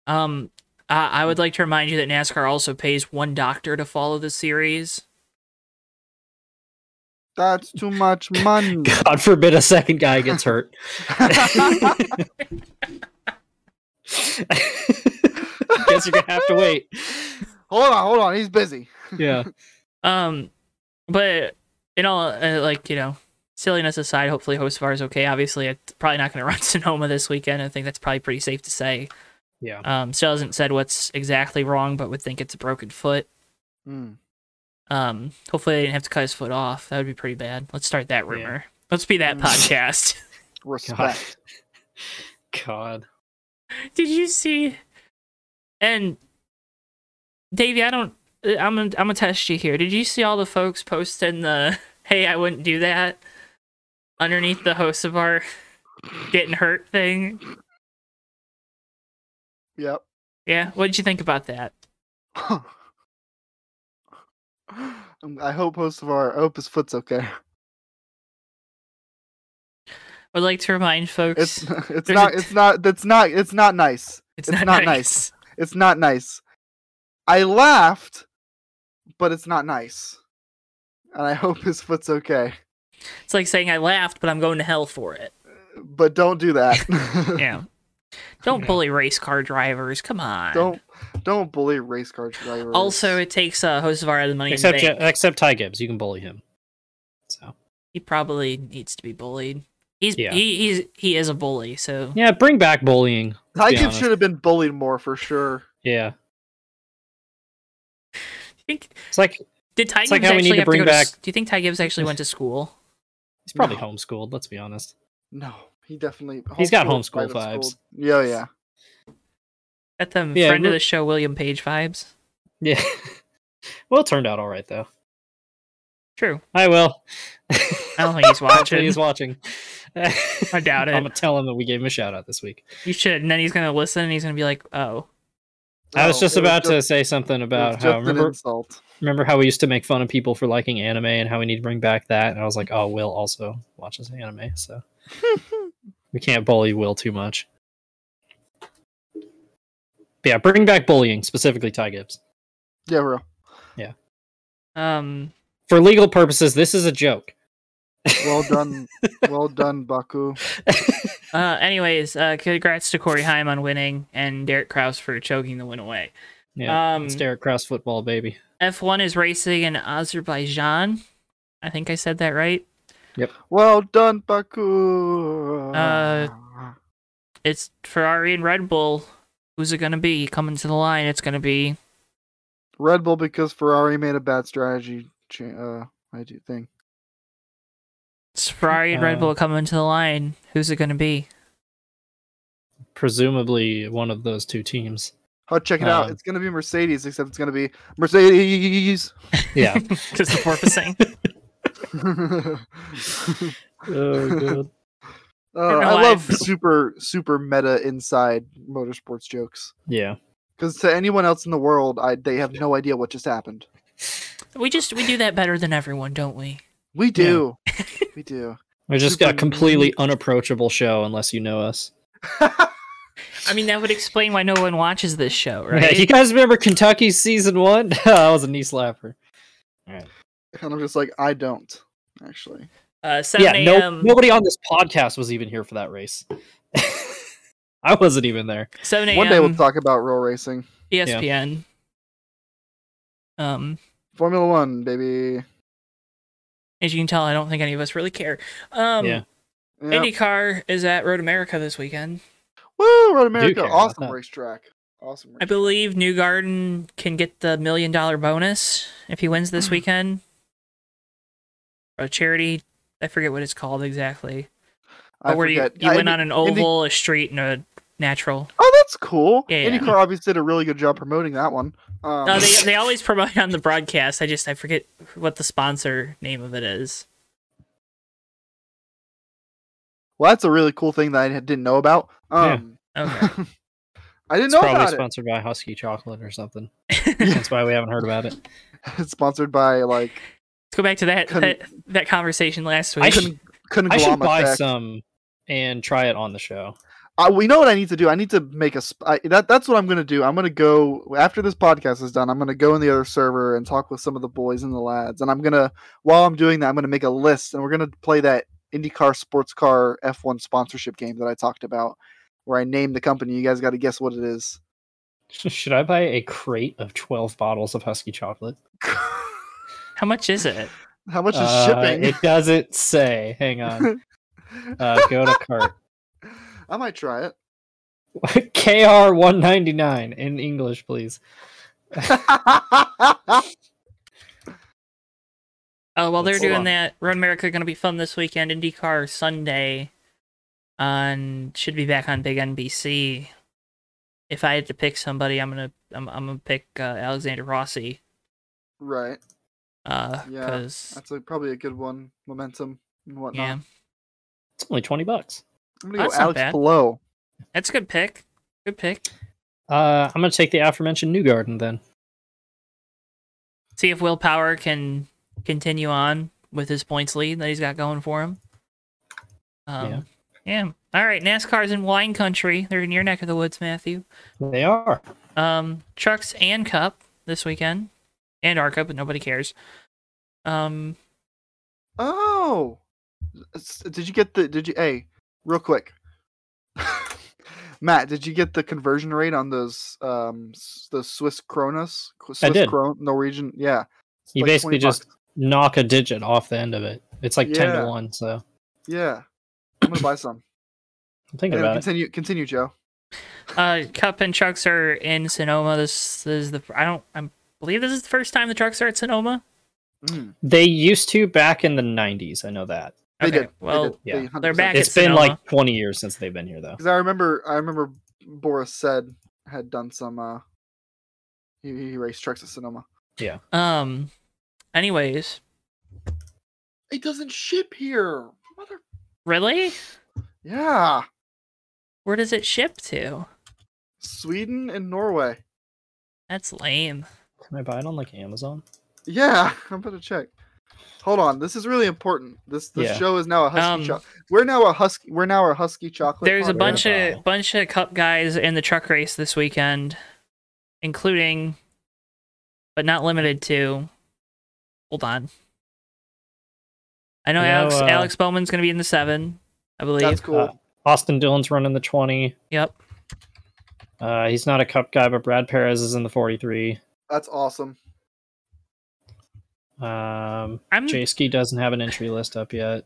Speaker 3: Um, I, I would like to remind you that NASCAR also pays one doctor to follow the series.
Speaker 1: That's too much money.
Speaker 2: God forbid a second guy gets hurt. Guess you're gonna have to wait.
Speaker 1: hold on, hold on. He's busy.
Speaker 2: Yeah,
Speaker 3: Um, but in all, uh, like you know, silliness aside, hopefully Hostvar is okay. Obviously, it's probably not going to run Sonoma this weekend. I think that's probably pretty safe to say.
Speaker 2: yeah.
Speaker 3: Um, still hasn't said what's exactly wrong, but would think it's a broken foot.
Speaker 1: Mm.
Speaker 3: Um, hopefully they didn't have to cut his foot off. That would be pretty bad. Let's start that
Speaker 2: Yeah.
Speaker 3: rumor. Let's be that
Speaker 1: Mm.
Speaker 3: podcast.
Speaker 1: Respect.
Speaker 2: God.
Speaker 3: Did you see? And Davey, I don't. uh, I'm gonna, I'm gonna test you here. Did you see all the folks posting the "Hey, I wouldn't do that" underneath the host of our getting hurt thing?
Speaker 1: Yep.
Speaker 3: Yeah. What did you think about that?
Speaker 1: Um, I hope most of our I hope his foot's okay.
Speaker 3: I would like to remind folks
Speaker 1: It's it's
Speaker 3: There's
Speaker 1: not
Speaker 3: a-
Speaker 1: it's not that's not it's not nice.
Speaker 3: it's
Speaker 1: it's not nice. It's not nice. I laughed, but it's not nice. And I hope his foot's okay.
Speaker 3: It's like saying I laughed, but I'm going to hell for it.
Speaker 1: But don't do that.
Speaker 3: Yeah. Don't
Speaker 2: Yeah.
Speaker 3: bully race car drivers. Come on.
Speaker 1: don't don't bully race car drivers.
Speaker 3: Also, it takes uh, Hosevar the money.
Speaker 2: Except
Speaker 3: in the bank.
Speaker 2: except Ty Gibbs, you can bully him. So
Speaker 3: he probably needs to be bullied. He's
Speaker 2: Yeah.
Speaker 3: he, he's he is a bully. So
Speaker 2: yeah, bring back bullying.
Speaker 1: Ty
Speaker 2: be
Speaker 1: Gibbs
Speaker 2: honest.
Speaker 1: should have been bullied more for sure.
Speaker 2: Yeah,
Speaker 3: I think
Speaker 2: it's like
Speaker 3: did Ty
Speaker 2: It's
Speaker 3: Gibbs
Speaker 2: like how we
Speaker 3: actually
Speaker 2: need to
Speaker 3: have
Speaker 2: bring
Speaker 3: to go
Speaker 2: back-
Speaker 3: To, s- do you think Ty Gibbs actually went to school?
Speaker 2: he's probably
Speaker 1: No.
Speaker 2: homeschooled. Let's be honest.
Speaker 1: No, he definitely
Speaker 2: He's got
Speaker 1: homeschooled,
Speaker 2: homeschool
Speaker 1: private
Speaker 2: vibes.
Speaker 1: schooled. Yeah, yeah.
Speaker 3: At the
Speaker 2: Yeah,
Speaker 3: friend of
Speaker 2: we're-
Speaker 3: the show, William Page vibes.
Speaker 2: Yeah. well, it turned out all right though.
Speaker 3: True.
Speaker 2: I will.
Speaker 3: I don't think he's
Speaker 2: Hopefully
Speaker 3: watching.
Speaker 2: he's watching.
Speaker 3: I doubt
Speaker 2: I'm
Speaker 3: it.
Speaker 2: gonna tell him that we gave him a shout out this week.
Speaker 3: You should. And then he's gonna listen, and he's gonna be like, "Oh,
Speaker 2: I was
Speaker 1: No,
Speaker 2: just
Speaker 1: it
Speaker 2: about
Speaker 1: just-
Speaker 2: to say something
Speaker 1: it was
Speaker 2: about
Speaker 1: just
Speaker 2: how
Speaker 1: an
Speaker 2: remember
Speaker 1: insult.
Speaker 2: remember how we used to make fun of people for liking anime and how we need to bring back that. And I was like, oh, Will also watches anime, so we can't bully Will too much. But yeah, bring back bullying specifically Ty Gibbs
Speaker 1: Yeah, bro.
Speaker 3: um,
Speaker 2: for legal purposes. This is a joke.
Speaker 1: Well done, well done, Baku.
Speaker 3: uh." Anyways, uh, congrats to Corey Heim on winning, and Derek Kraus for choking the win away.
Speaker 2: Yeah.
Speaker 3: Um,
Speaker 2: it's Derek Cross football, baby.
Speaker 3: F1 is racing in Azerbaijan. I think I said that right.
Speaker 1: Well done, Baku.
Speaker 3: Uh, It's Ferrari and Red Bull. Who's it going to be coming to the line? It's going to be
Speaker 1: Red Bull because Ferrari made a bad strategy. Cha- uh, I do thing.
Speaker 3: it's Ferrari and Red
Speaker 2: Uh,
Speaker 3: Bull coming to the line. Who's it going to be?
Speaker 2: Presumably one of those two teams.
Speaker 1: Oh, check it out.
Speaker 3: Uh,
Speaker 2: Um,
Speaker 1: It's gonna be Mercedes, except it's gonna be Mercedes.
Speaker 2: Yeah.
Speaker 3: Because the porpoising.
Speaker 2: oh, God.
Speaker 1: Uh,
Speaker 3: know
Speaker 1: I
Speaker 3: why I
Speaker 1: love
Speaker 3: feel-
Speaker 1: super super meta inside motorsports jokes
Speaker 2: Yeah.
Speaker 1: because to anyone else in the world, I they have no idea what just happened.
Speaker 3: we just we do that better than everyone, don't we?
Speaker 1: We do, we do.
Speaker 2: We just got a
Speaker 1: Super-
Speaker 2: completely unapproachable show unless you know us.
Speaker 3: I mean, that would explain why no one watches this show, right?
Speaker 2: Yeah, you guys remember Kentucky season one? that was a knee slapper.
Speaker 1: and I'm just like, I don't actually.
Speaker 3: uh,
Speaker 2: Yeah,
Speaker 3: 7
Speaker 2: no,
Speaker 3: a.m.
Speaker 2: nobody on this podcast was even here for that race. I wasn't even there.
Speaker 3: 7 a.m.
Speaker 1: One day we'll talk about roll racing,
Speaker 3: E ESPN. Um,
Speaker 1: Formula One, baby.
Speaker 3: as you can tell, I don't think any of us really care. Um,
Speaker 2: Yeah.
Speaker 1: Yeah.
Speaker 3: IndyCar is at Road America this weekend.
Speaker 1: Woo, Road America,
Speaker 2: care about
Speaker 1: awesome
Speaker 2: that.
Speaker 1: racetrack, awesome.
Speaker 3: I
Speaker 1: Racetrack.
Speaker 3: believe New Garden can get the million dollar bonus if he wins
Speaker 1: Hmm.
Speaker 3: this weekend. A charity, I forget what it's called exactly.
Speaker 1: I
Speaker 3: But where you,
Speaker 1: forget.
Speaker 3: you
Speaker 1: I-
Speaker 3: went on an
Speaker 1: Indy-
Speaker 3: oval, a street, and a natural.
Speaker 1: Oh, that's cool.
Speaker 3: Yeah, yeah.
Speaker 1: IndyCar obviously did a really good job promoting that one. Um,
Speaker 3: Uh, they they always promote it on the broadcast. I just I forget what the sponsor name of it is.
Speaker 1: well, that's a really cool thing that I had- didn't know about.
Speaker 2: Yeah.
Speaker 1: Um,
Speaker 3: Okay.
Speaker 1: I didn't
Speaker 2: It's
Speaker 1: know
Speaker 2: probably
Speaker 1: about it.
Speaker 2: sponsored by Husky Chocolate or something. That's why we haven't heard about it.
Speaker 1: It's sponsored by like
Speaker 3: Let's go back to that
Speaker 1: Con-
Speaker 3: that, that conversation last
Speaker 2: I
Speaker 3: week.
Speaker 2: should-
Speaker 1: con-
Speaker 2: I
Speaker 1: conglomerate.
Speaker 2: should buy some and try it on the show.
Speaker 1: I, we know what I need to do. I need to make a. Sp- I, that, that's what I'm going to do. I'm going to go after this podcast is done. I'm going to go in the other server and talk with some of the boys and the lads. And I'm going to, while I'm doing that, I'm going to make a list and we're going to play that IndyCar sports car F1 sponsorship game that I talked about, where I named the company. You guys got to guess what it is.
Speaker 2: Should I buy a crate of 12 bottles of Husky Chocolate?
Speaker 3: How much is it?
Speaker 1: How much is
Speaker 2: Uh,
Speaker 1: shipping?
Speaker 2: It doesn't say. Hang on. Uh, go to cart.
Speaker 1: I might try it.
Speaker 2: KR 199 in English, please.
Speaker 3: Oh, well, they're
Speaker 2: Let's-
Speaker 3: doing
Speaker 2: hold on.
Speaker 3: that. Road America going to be fun this weekend. IndyCar Sunday on should be back on Big NBC. If I had to pick somebody, I'm gonna I'm, I'm gonna pick uh, Alexander Rossi.
Speaker 1: right.
Speaker 3: Uh,
Speaker 1: Yeah,
Speaker 3: because
Speaker 1: That's a, probably a good one. Momentum and whatnot.
Speaker 3: yeah,
Speaker 2: It's only 20 bucks.
Speaker 1: I'm going to
Speaker 3: That's
Speaker 1: go
Speaker 3: not
Speaker 1: Alex
Speaker 3: bad.
Speaker 1: Below.
Speaker 3: that's a good pick. Good pick.
Speaker 2: Uh, I'm going to take the aforementioned New Garden then.
Speaker 3: See if Willpower can continue on with his points lead that he's got going for him. Um, yeah. All right. NASCAR's in wine country. They're in your neck of the woods, Matthew.
Speaker 2: They are.
Speaker 3: um trucks and cup this weekend and arca but nobody cares um
Speaker 1: Oh, S- did you get the? Did you? Hey, real quick, Matt, did you get the conversion rate on those um s- those Swiss kronas? Qu- Swiss
Speaker 2: did.
Speaker 1: Kron- Norwegian, yeah. It's
Speaker 2: You
Speaker 1: 20
Speaker 2: basically just-
Speaker 1: bucks.
Speaker 2: Knock a digit off the end of it. It's like 10
Speaker 1: Yeah.
Speaker 2: to 1. So
Speaker 1: yeah. I'm gonna buy some.
Speaker 2: I'm thinking
Speaker 1: Anyway,
Speaker 2: about it.
Speaker 1: continue, continue, Joe.
Speaker 3: uh cup and trucks are in sonoma this, is the i don't i believe this is the first time the trucks are at sonoma
Speaker 1: Mm,
Speaker 2: They used to back in the 90s. I know that.
Speaker 1: they
Speaker 3: Okay,
Speaker 1: did. they
Speaker 3: well
Speaker 1: did.
Speaker 2: yeah,
Speaker 1: They
Speaker 3: they're back.
Speaker 2: It's
Speaker 3: at
Speaker 2: been
Speaker 3: Sonoma.
Speaker 2: like 20 years since they've been here, though.
Speaker 1: Because I remember, I remember Boris said had done some. uh He, he raced trucks at Sonoma.
Speaker 3: um anyways
Speaker 1: It doesn't ship here. Mother.
Speaker 3: really
Speaker 1: Yeah,
Speaker 3: where does it ship to
Speaker 1: Sweden and Norway.
Speaker 3: that's lame
Speaker 2: Can I buy it on like Amazon?
Speaker 1: Yeah, I'm gonna check. Hold on, this is really important. This this
Speaker 2: Yeah.
Speaker 1: show is now a husky.
Speaker 3: Um,
Speaker 1: cho- we're now a husky. We're now a husky chocolate.
Speaker 3: there's a
Speaker 1: podcast.
Speaker 3: bunch
Speaker 2: Wow.
Speaker 3: of bunch of cup guys in the truck race this weekend including but not limited to hold on i know,
Speaker 2: I know,
Speaker 3: alex
Speaker 2: uh,
Speaker 3: alex bowman's going to be in the seven i believe
Speaker 1: That's cool.
Speaker 2: Austin Dillon's running the 20.
Speaker 3: yep
Speaker 2: Uh, he's not a cup guy, but Brad Perez is in the 43.
Speaker 1: That's awesome.
Speaker 2: Um,
Speaker 3: I'm
Speaker 2: Jayski doesn't have an entry list up yet.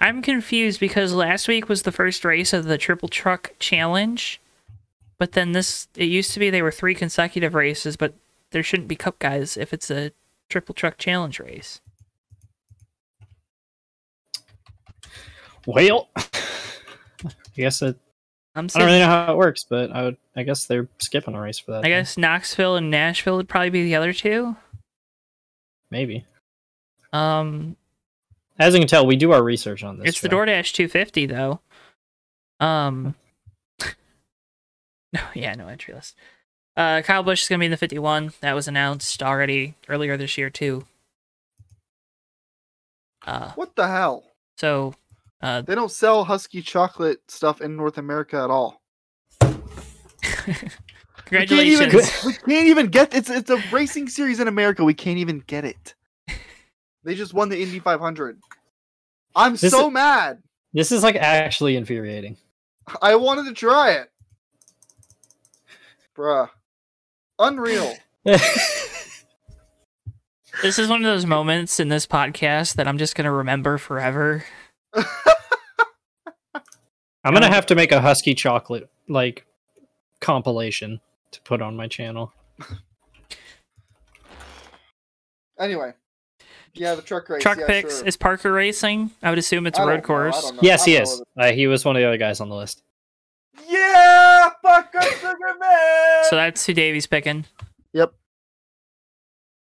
Speaker 3: I'm confused because last week was the first race of the triple truck challenge, but then this it used to be they were three consecutive races, but there shouldn't be cup guys if it's a triple truck challenge race.
Speaker 2: Well, I guess it,
Speaker 3: I'm
Speaker 2: I don't
Speaker 3: saying,
Speaker 2: really know how it works, but I would. I guess they're skipping a race for that.
Speaker 3: I
Speaker 2: then.
Speaker 3: guess Knoxville and Nashville would probably be the other two.
Speaker 2: maybe.
Speaker 3: Um,
Speaker 2: As you can tell, we do our research on this.
Speaker 3: it's the
Speaker 2: show.
Speaker 3: DoorDash 250 though. Um, no, yeah, no entry list. Uh, Kyle Busch is gonna be in the 51. That was announced already earlier this year too. Uh,
Speaker 1: What the hell?
Speaker 3: so uh,
Speaker 1: They don't sell Husky chocolate stuff in North America at all. We can't even-
Speaker 3: congratulations.
Speaker 1: We can't even get it's it's a racing series in America. We can't even get it. They just won the Indy 500. I'm
Speaker 2: This
Speaker 1: so
Speaker 2: is-
Speaker 1: mad.
Speaker 2: This is like actually infuriating.
Speaker 1: I wanted to try it. Bruh. Unreal.
Speaker 3: This is one of those moments in this podcast that I'm just gonna remember forever.
Speaker 2: I'm gonna have to make a husky chocolate like compilation to put on my channel.
Speaker 1: Anyway. Yeah, the truck race.
Speaker 3: Truck
Speaker 1: yeah,
Speaker 3: picks
Speaker 1: sure.
Speaker 3: is Parker racing. I would assume it's
Speaker 1: I
Speaker 3: a
Speaker 1: don't
Speaker 3: road
Speaker 1: know, I
Speaker 3: course.
Speaker 1: don't know,
Speaker 2: Yes,
Speaker 1: I
Speaker 2: he
Speaker 1: don't know
Speaker 2: is.
Speaker 1: whether-
Speaker 2: Uh, he was one of the other guys on the list.
Speaker 1: Yeah, fuck up the man.
Speaker 3: So that's who Davy's picking.
Speaker 1: Yep.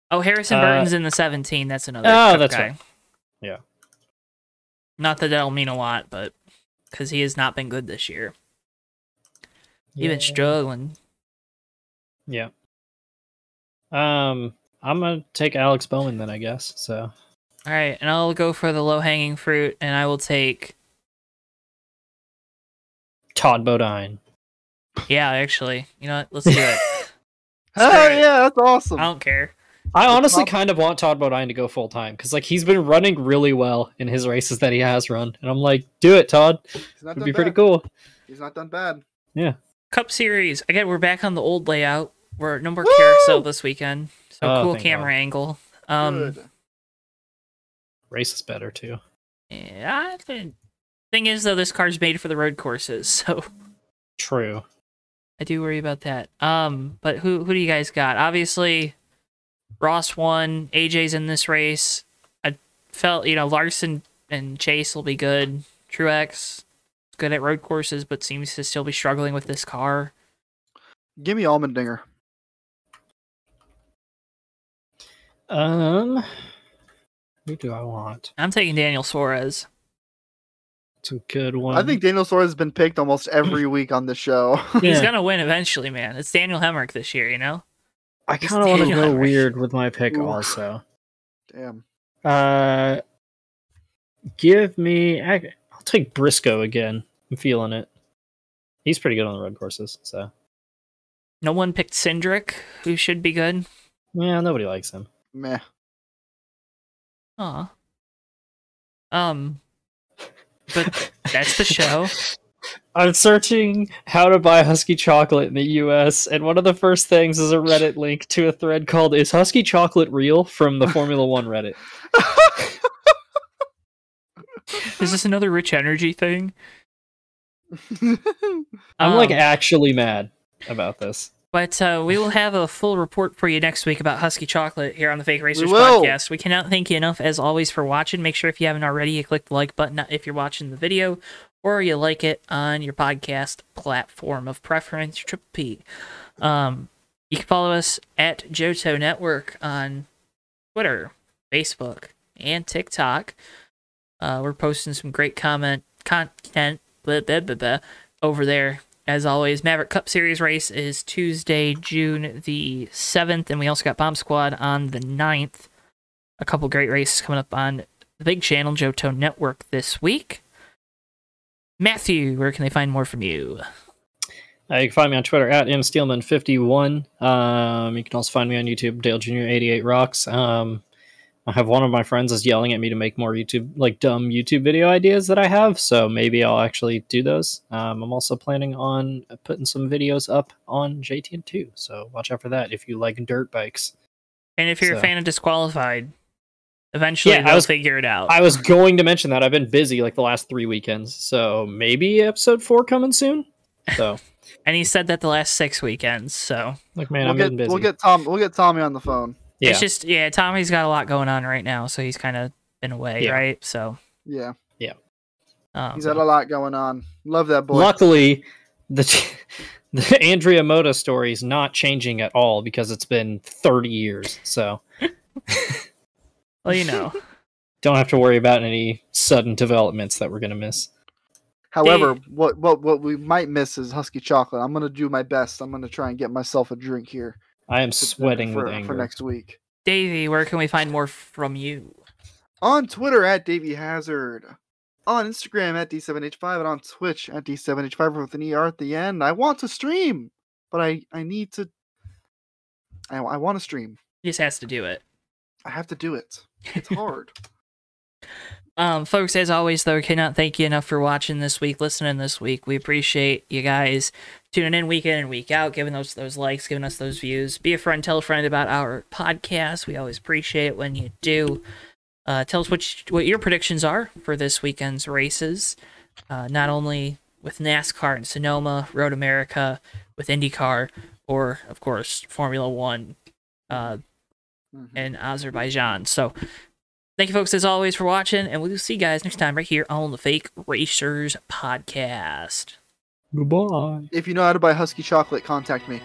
Speaker 3: Oh, Harrison
Speaker 2: Uh,
Speaker 3: Burton's in the 17. That's another.
Speaker 2: Oh,
Speaker 3: tough
Speaker 2: that's
Speaker 3: guy.
Speaker 2: right. Yeah.
Speaker 3: Not that that'll mean a lot, but because he has not been good this year, He's been struggling.
Speaker 2: Yeah. Um, I'm gonna take Alex Bowman then, I guess. So
Speaker 3: All right, and I'll go for the low hanging fruit, and I will take.
Speaker 2: Todd Bodine.
Speaker 3: Yeah, actually, you know what? Let's do it.
Speaker 1: Hell
Speaker 3: Sorry.
Speaker 1: yeah, that's awesome.
Speaker 3: I don't care.
Speaker 2: I honestly
Speaker 1: prob-
Speaker 2: kind of want Todd Bodine to go full time because like he's been running really well in his races that he has run, and I'm like, do it, Todd.
Speaker 1: He's not
Speaker 2: It'd
Speaker 1: done
Speaker 2: be pretty
Speaker 1: bad.
Speaker 2: cool.
Speaker 1: He's not done bad.
Speaker 3: Cup Series. Again, we're back on the old layout. We're no more
Speaker 1: Woo!
Speaker 3: carousel this weekend. So
Speaker 2: Oh,
Speaker 3: cool
Speaker 2: thank
Speaker 3: camera angle. Um
Speaker 1: Good.
Speaker 2: Race is better too.
Speaker 3: yeah, I think- thing is though this car's made for the road courses, so
Speaker 2: True.
Speaker 3: I do worry about that. Um but who who do you guys got? Obviously Ross won, AJ's in this race. I felt, you know, Larson and Chase will be good. Truex is good at road courses but seems to still be struggling with this car.
Speaker 1: Give me Almondinger.
Speaker 2: Um, who do I want?
Speaker 3: I'm taking Daniel Suarez.
Speaker 2: It's a good one.
Speaker 1: I think Daniel Suarez has been picked almost every week on the show.
Speaker 3: He's
Speaker 2: Yeah.
Speaker 3: gonna win eventually, man. It's Daniel Hemrick this year, you know?
Speaker 2: I
Speaker 3: It's
Speaker 2: kind of want to
Speaker 3: Daniel
Speaker 2: go
Speaker 3: Hemrick.
Speaker 2: weird with my pick
Speaker 1: Ooh.
Speaker 2: also.
Speaker 1: Damn.
Speaker 2: Uh, give me. I, I'll take Briscoe again. I'm feeling it. He's pretty good on the road courses, so
Speaker 3: No one picked Cindric, who should be good.
Speaker 2: yeah, nobody likes him.
Speaker 1: Meh.
Speaker 3: Aw. Um, but that's the show.
Speaker 2: I'm searching how to buy Husky chocolate in the U.S., and one of the first things is a Reddit link to a thread called "Is Husky Chocolate Real?" from the Formula One Reddit.
Speaker 3: Is this another rich energy thing?
Speaker 2: I'm
Speaker 1: Oh.
Speaker 2: like
Speaker 3: Um,
Speaker 2: actually mad about this.
Speaker 3: but uh, we will have a full report for you next week about Husky Chocolate here on the Fake Racers
Speaker 1: will.
Speaker 3: podcast. We cannot thank you enough, as always, for watching. Make sure if you haven't already, you click the like button if you're watching the video, or you like it on your podcast platform of preference, your Triple P. Um, you can follow us at Johto Network on Twitter, Facebook, and TikTok. Uh, we're posting some great comment content blah, blah, blah, blah, over there. As always, Maverick Cup Series race is Tuesday, June the 7th, and we also got Bomb Squad on the 9th. A couple great races coming up on the big channel, Johto Network, this week. Matthew, where can they find more from you?
Speaker 2: Uh, you can find me on Twitter at msteelman51. Um, you can also find me on YouTube, Dale Jr. 88 Rocks. Um, I have one of my friends is yelling at me to make more YouTube, like dumb YouTube video ideas that I have. So maybe I'll actually do those. Um, I'm also planning on putting some videos up on JTN too. So watch out for that if you like dirt bikes.
Speaker 3: And if you're
Speaker 2: So-
Speaker 3: a fan of Disqualified, eventually
Speaker 2: Yeah, I
Speaker 3: they'll
Speaker 2: was-
Speaker 3: figure it out.
Speaker 2: I was going to mention that I've been busy like the last three weekends. So maybe episode four coming soon. So
Speaker 3: and he said that the last six weekends. So
Speaker 2: like, man,
Speaker 1: we'll
Speaker 2: I've
Speaker 1: get
Speaker 2: been busy.
Speaker 1: we'll get Tom we'll get Tommy on the phone.
Speaker 2: yeah.
Speaker 3: it's just yeah, Tommy's got a lot going on right now, so he's kind of been away,
Speaker 2: Yeah.
Speaker 3: right? So
Speaker 1: Yeah,
Speaker 3: um,
Speaker 1: he's had a lot going on. Love that boy.
Speaker 2: Luckily, the the Andrea Moda story is not changing at all because it's been 30 years. So
Speaker 3: well, you know,
Speaker 2: don't have to worry about any sudden developments that we're going to miss.
Speaker 1: However, what what what we might miss is Husky Chocolate. I'm gonna do my best. I'm gonna try and get myself a drink here
Speaker 2: I am sweating
Speaker 1: for,
Speaker 2: with anger.
Speaker 1: for next week.
Speaker 3: Davey, where can we find more from you?
Speaker 1: On Twitter at Davey Hazard. On Instagram at D7H5 and on Twitch at D7H5 with an ER at the end. I want to stream, but I, I need to. I, I want to stream.
Speaker 3: He just has to do it.
Speaker 1: I have to do it. It's hard.
Speaker 3: Um, folks, as always, though, cannot thank you enough for watching this week, listening this week. We appreciate you guys tuning in week in and week out, giving us those likes, giving us those views. Be a friend, tell a friend about our podcast. We always appreciate it when you do. Uh, tell us what you, what your predictions are for this weekend's races, uh, not only with NASCAR and Sonoma, Road America, with IndyCar, or of course Formula One. Uh,
Speaker 1: Mhm.
Speaker 3: in Azerbaijan. So thank you folks as always for watching and we'll see you guys next time right here on the Fake Racers podcast.
Speaker 2: Goodbye.
Speaker 1: if you know how to buy Husky Chocolate, contact me.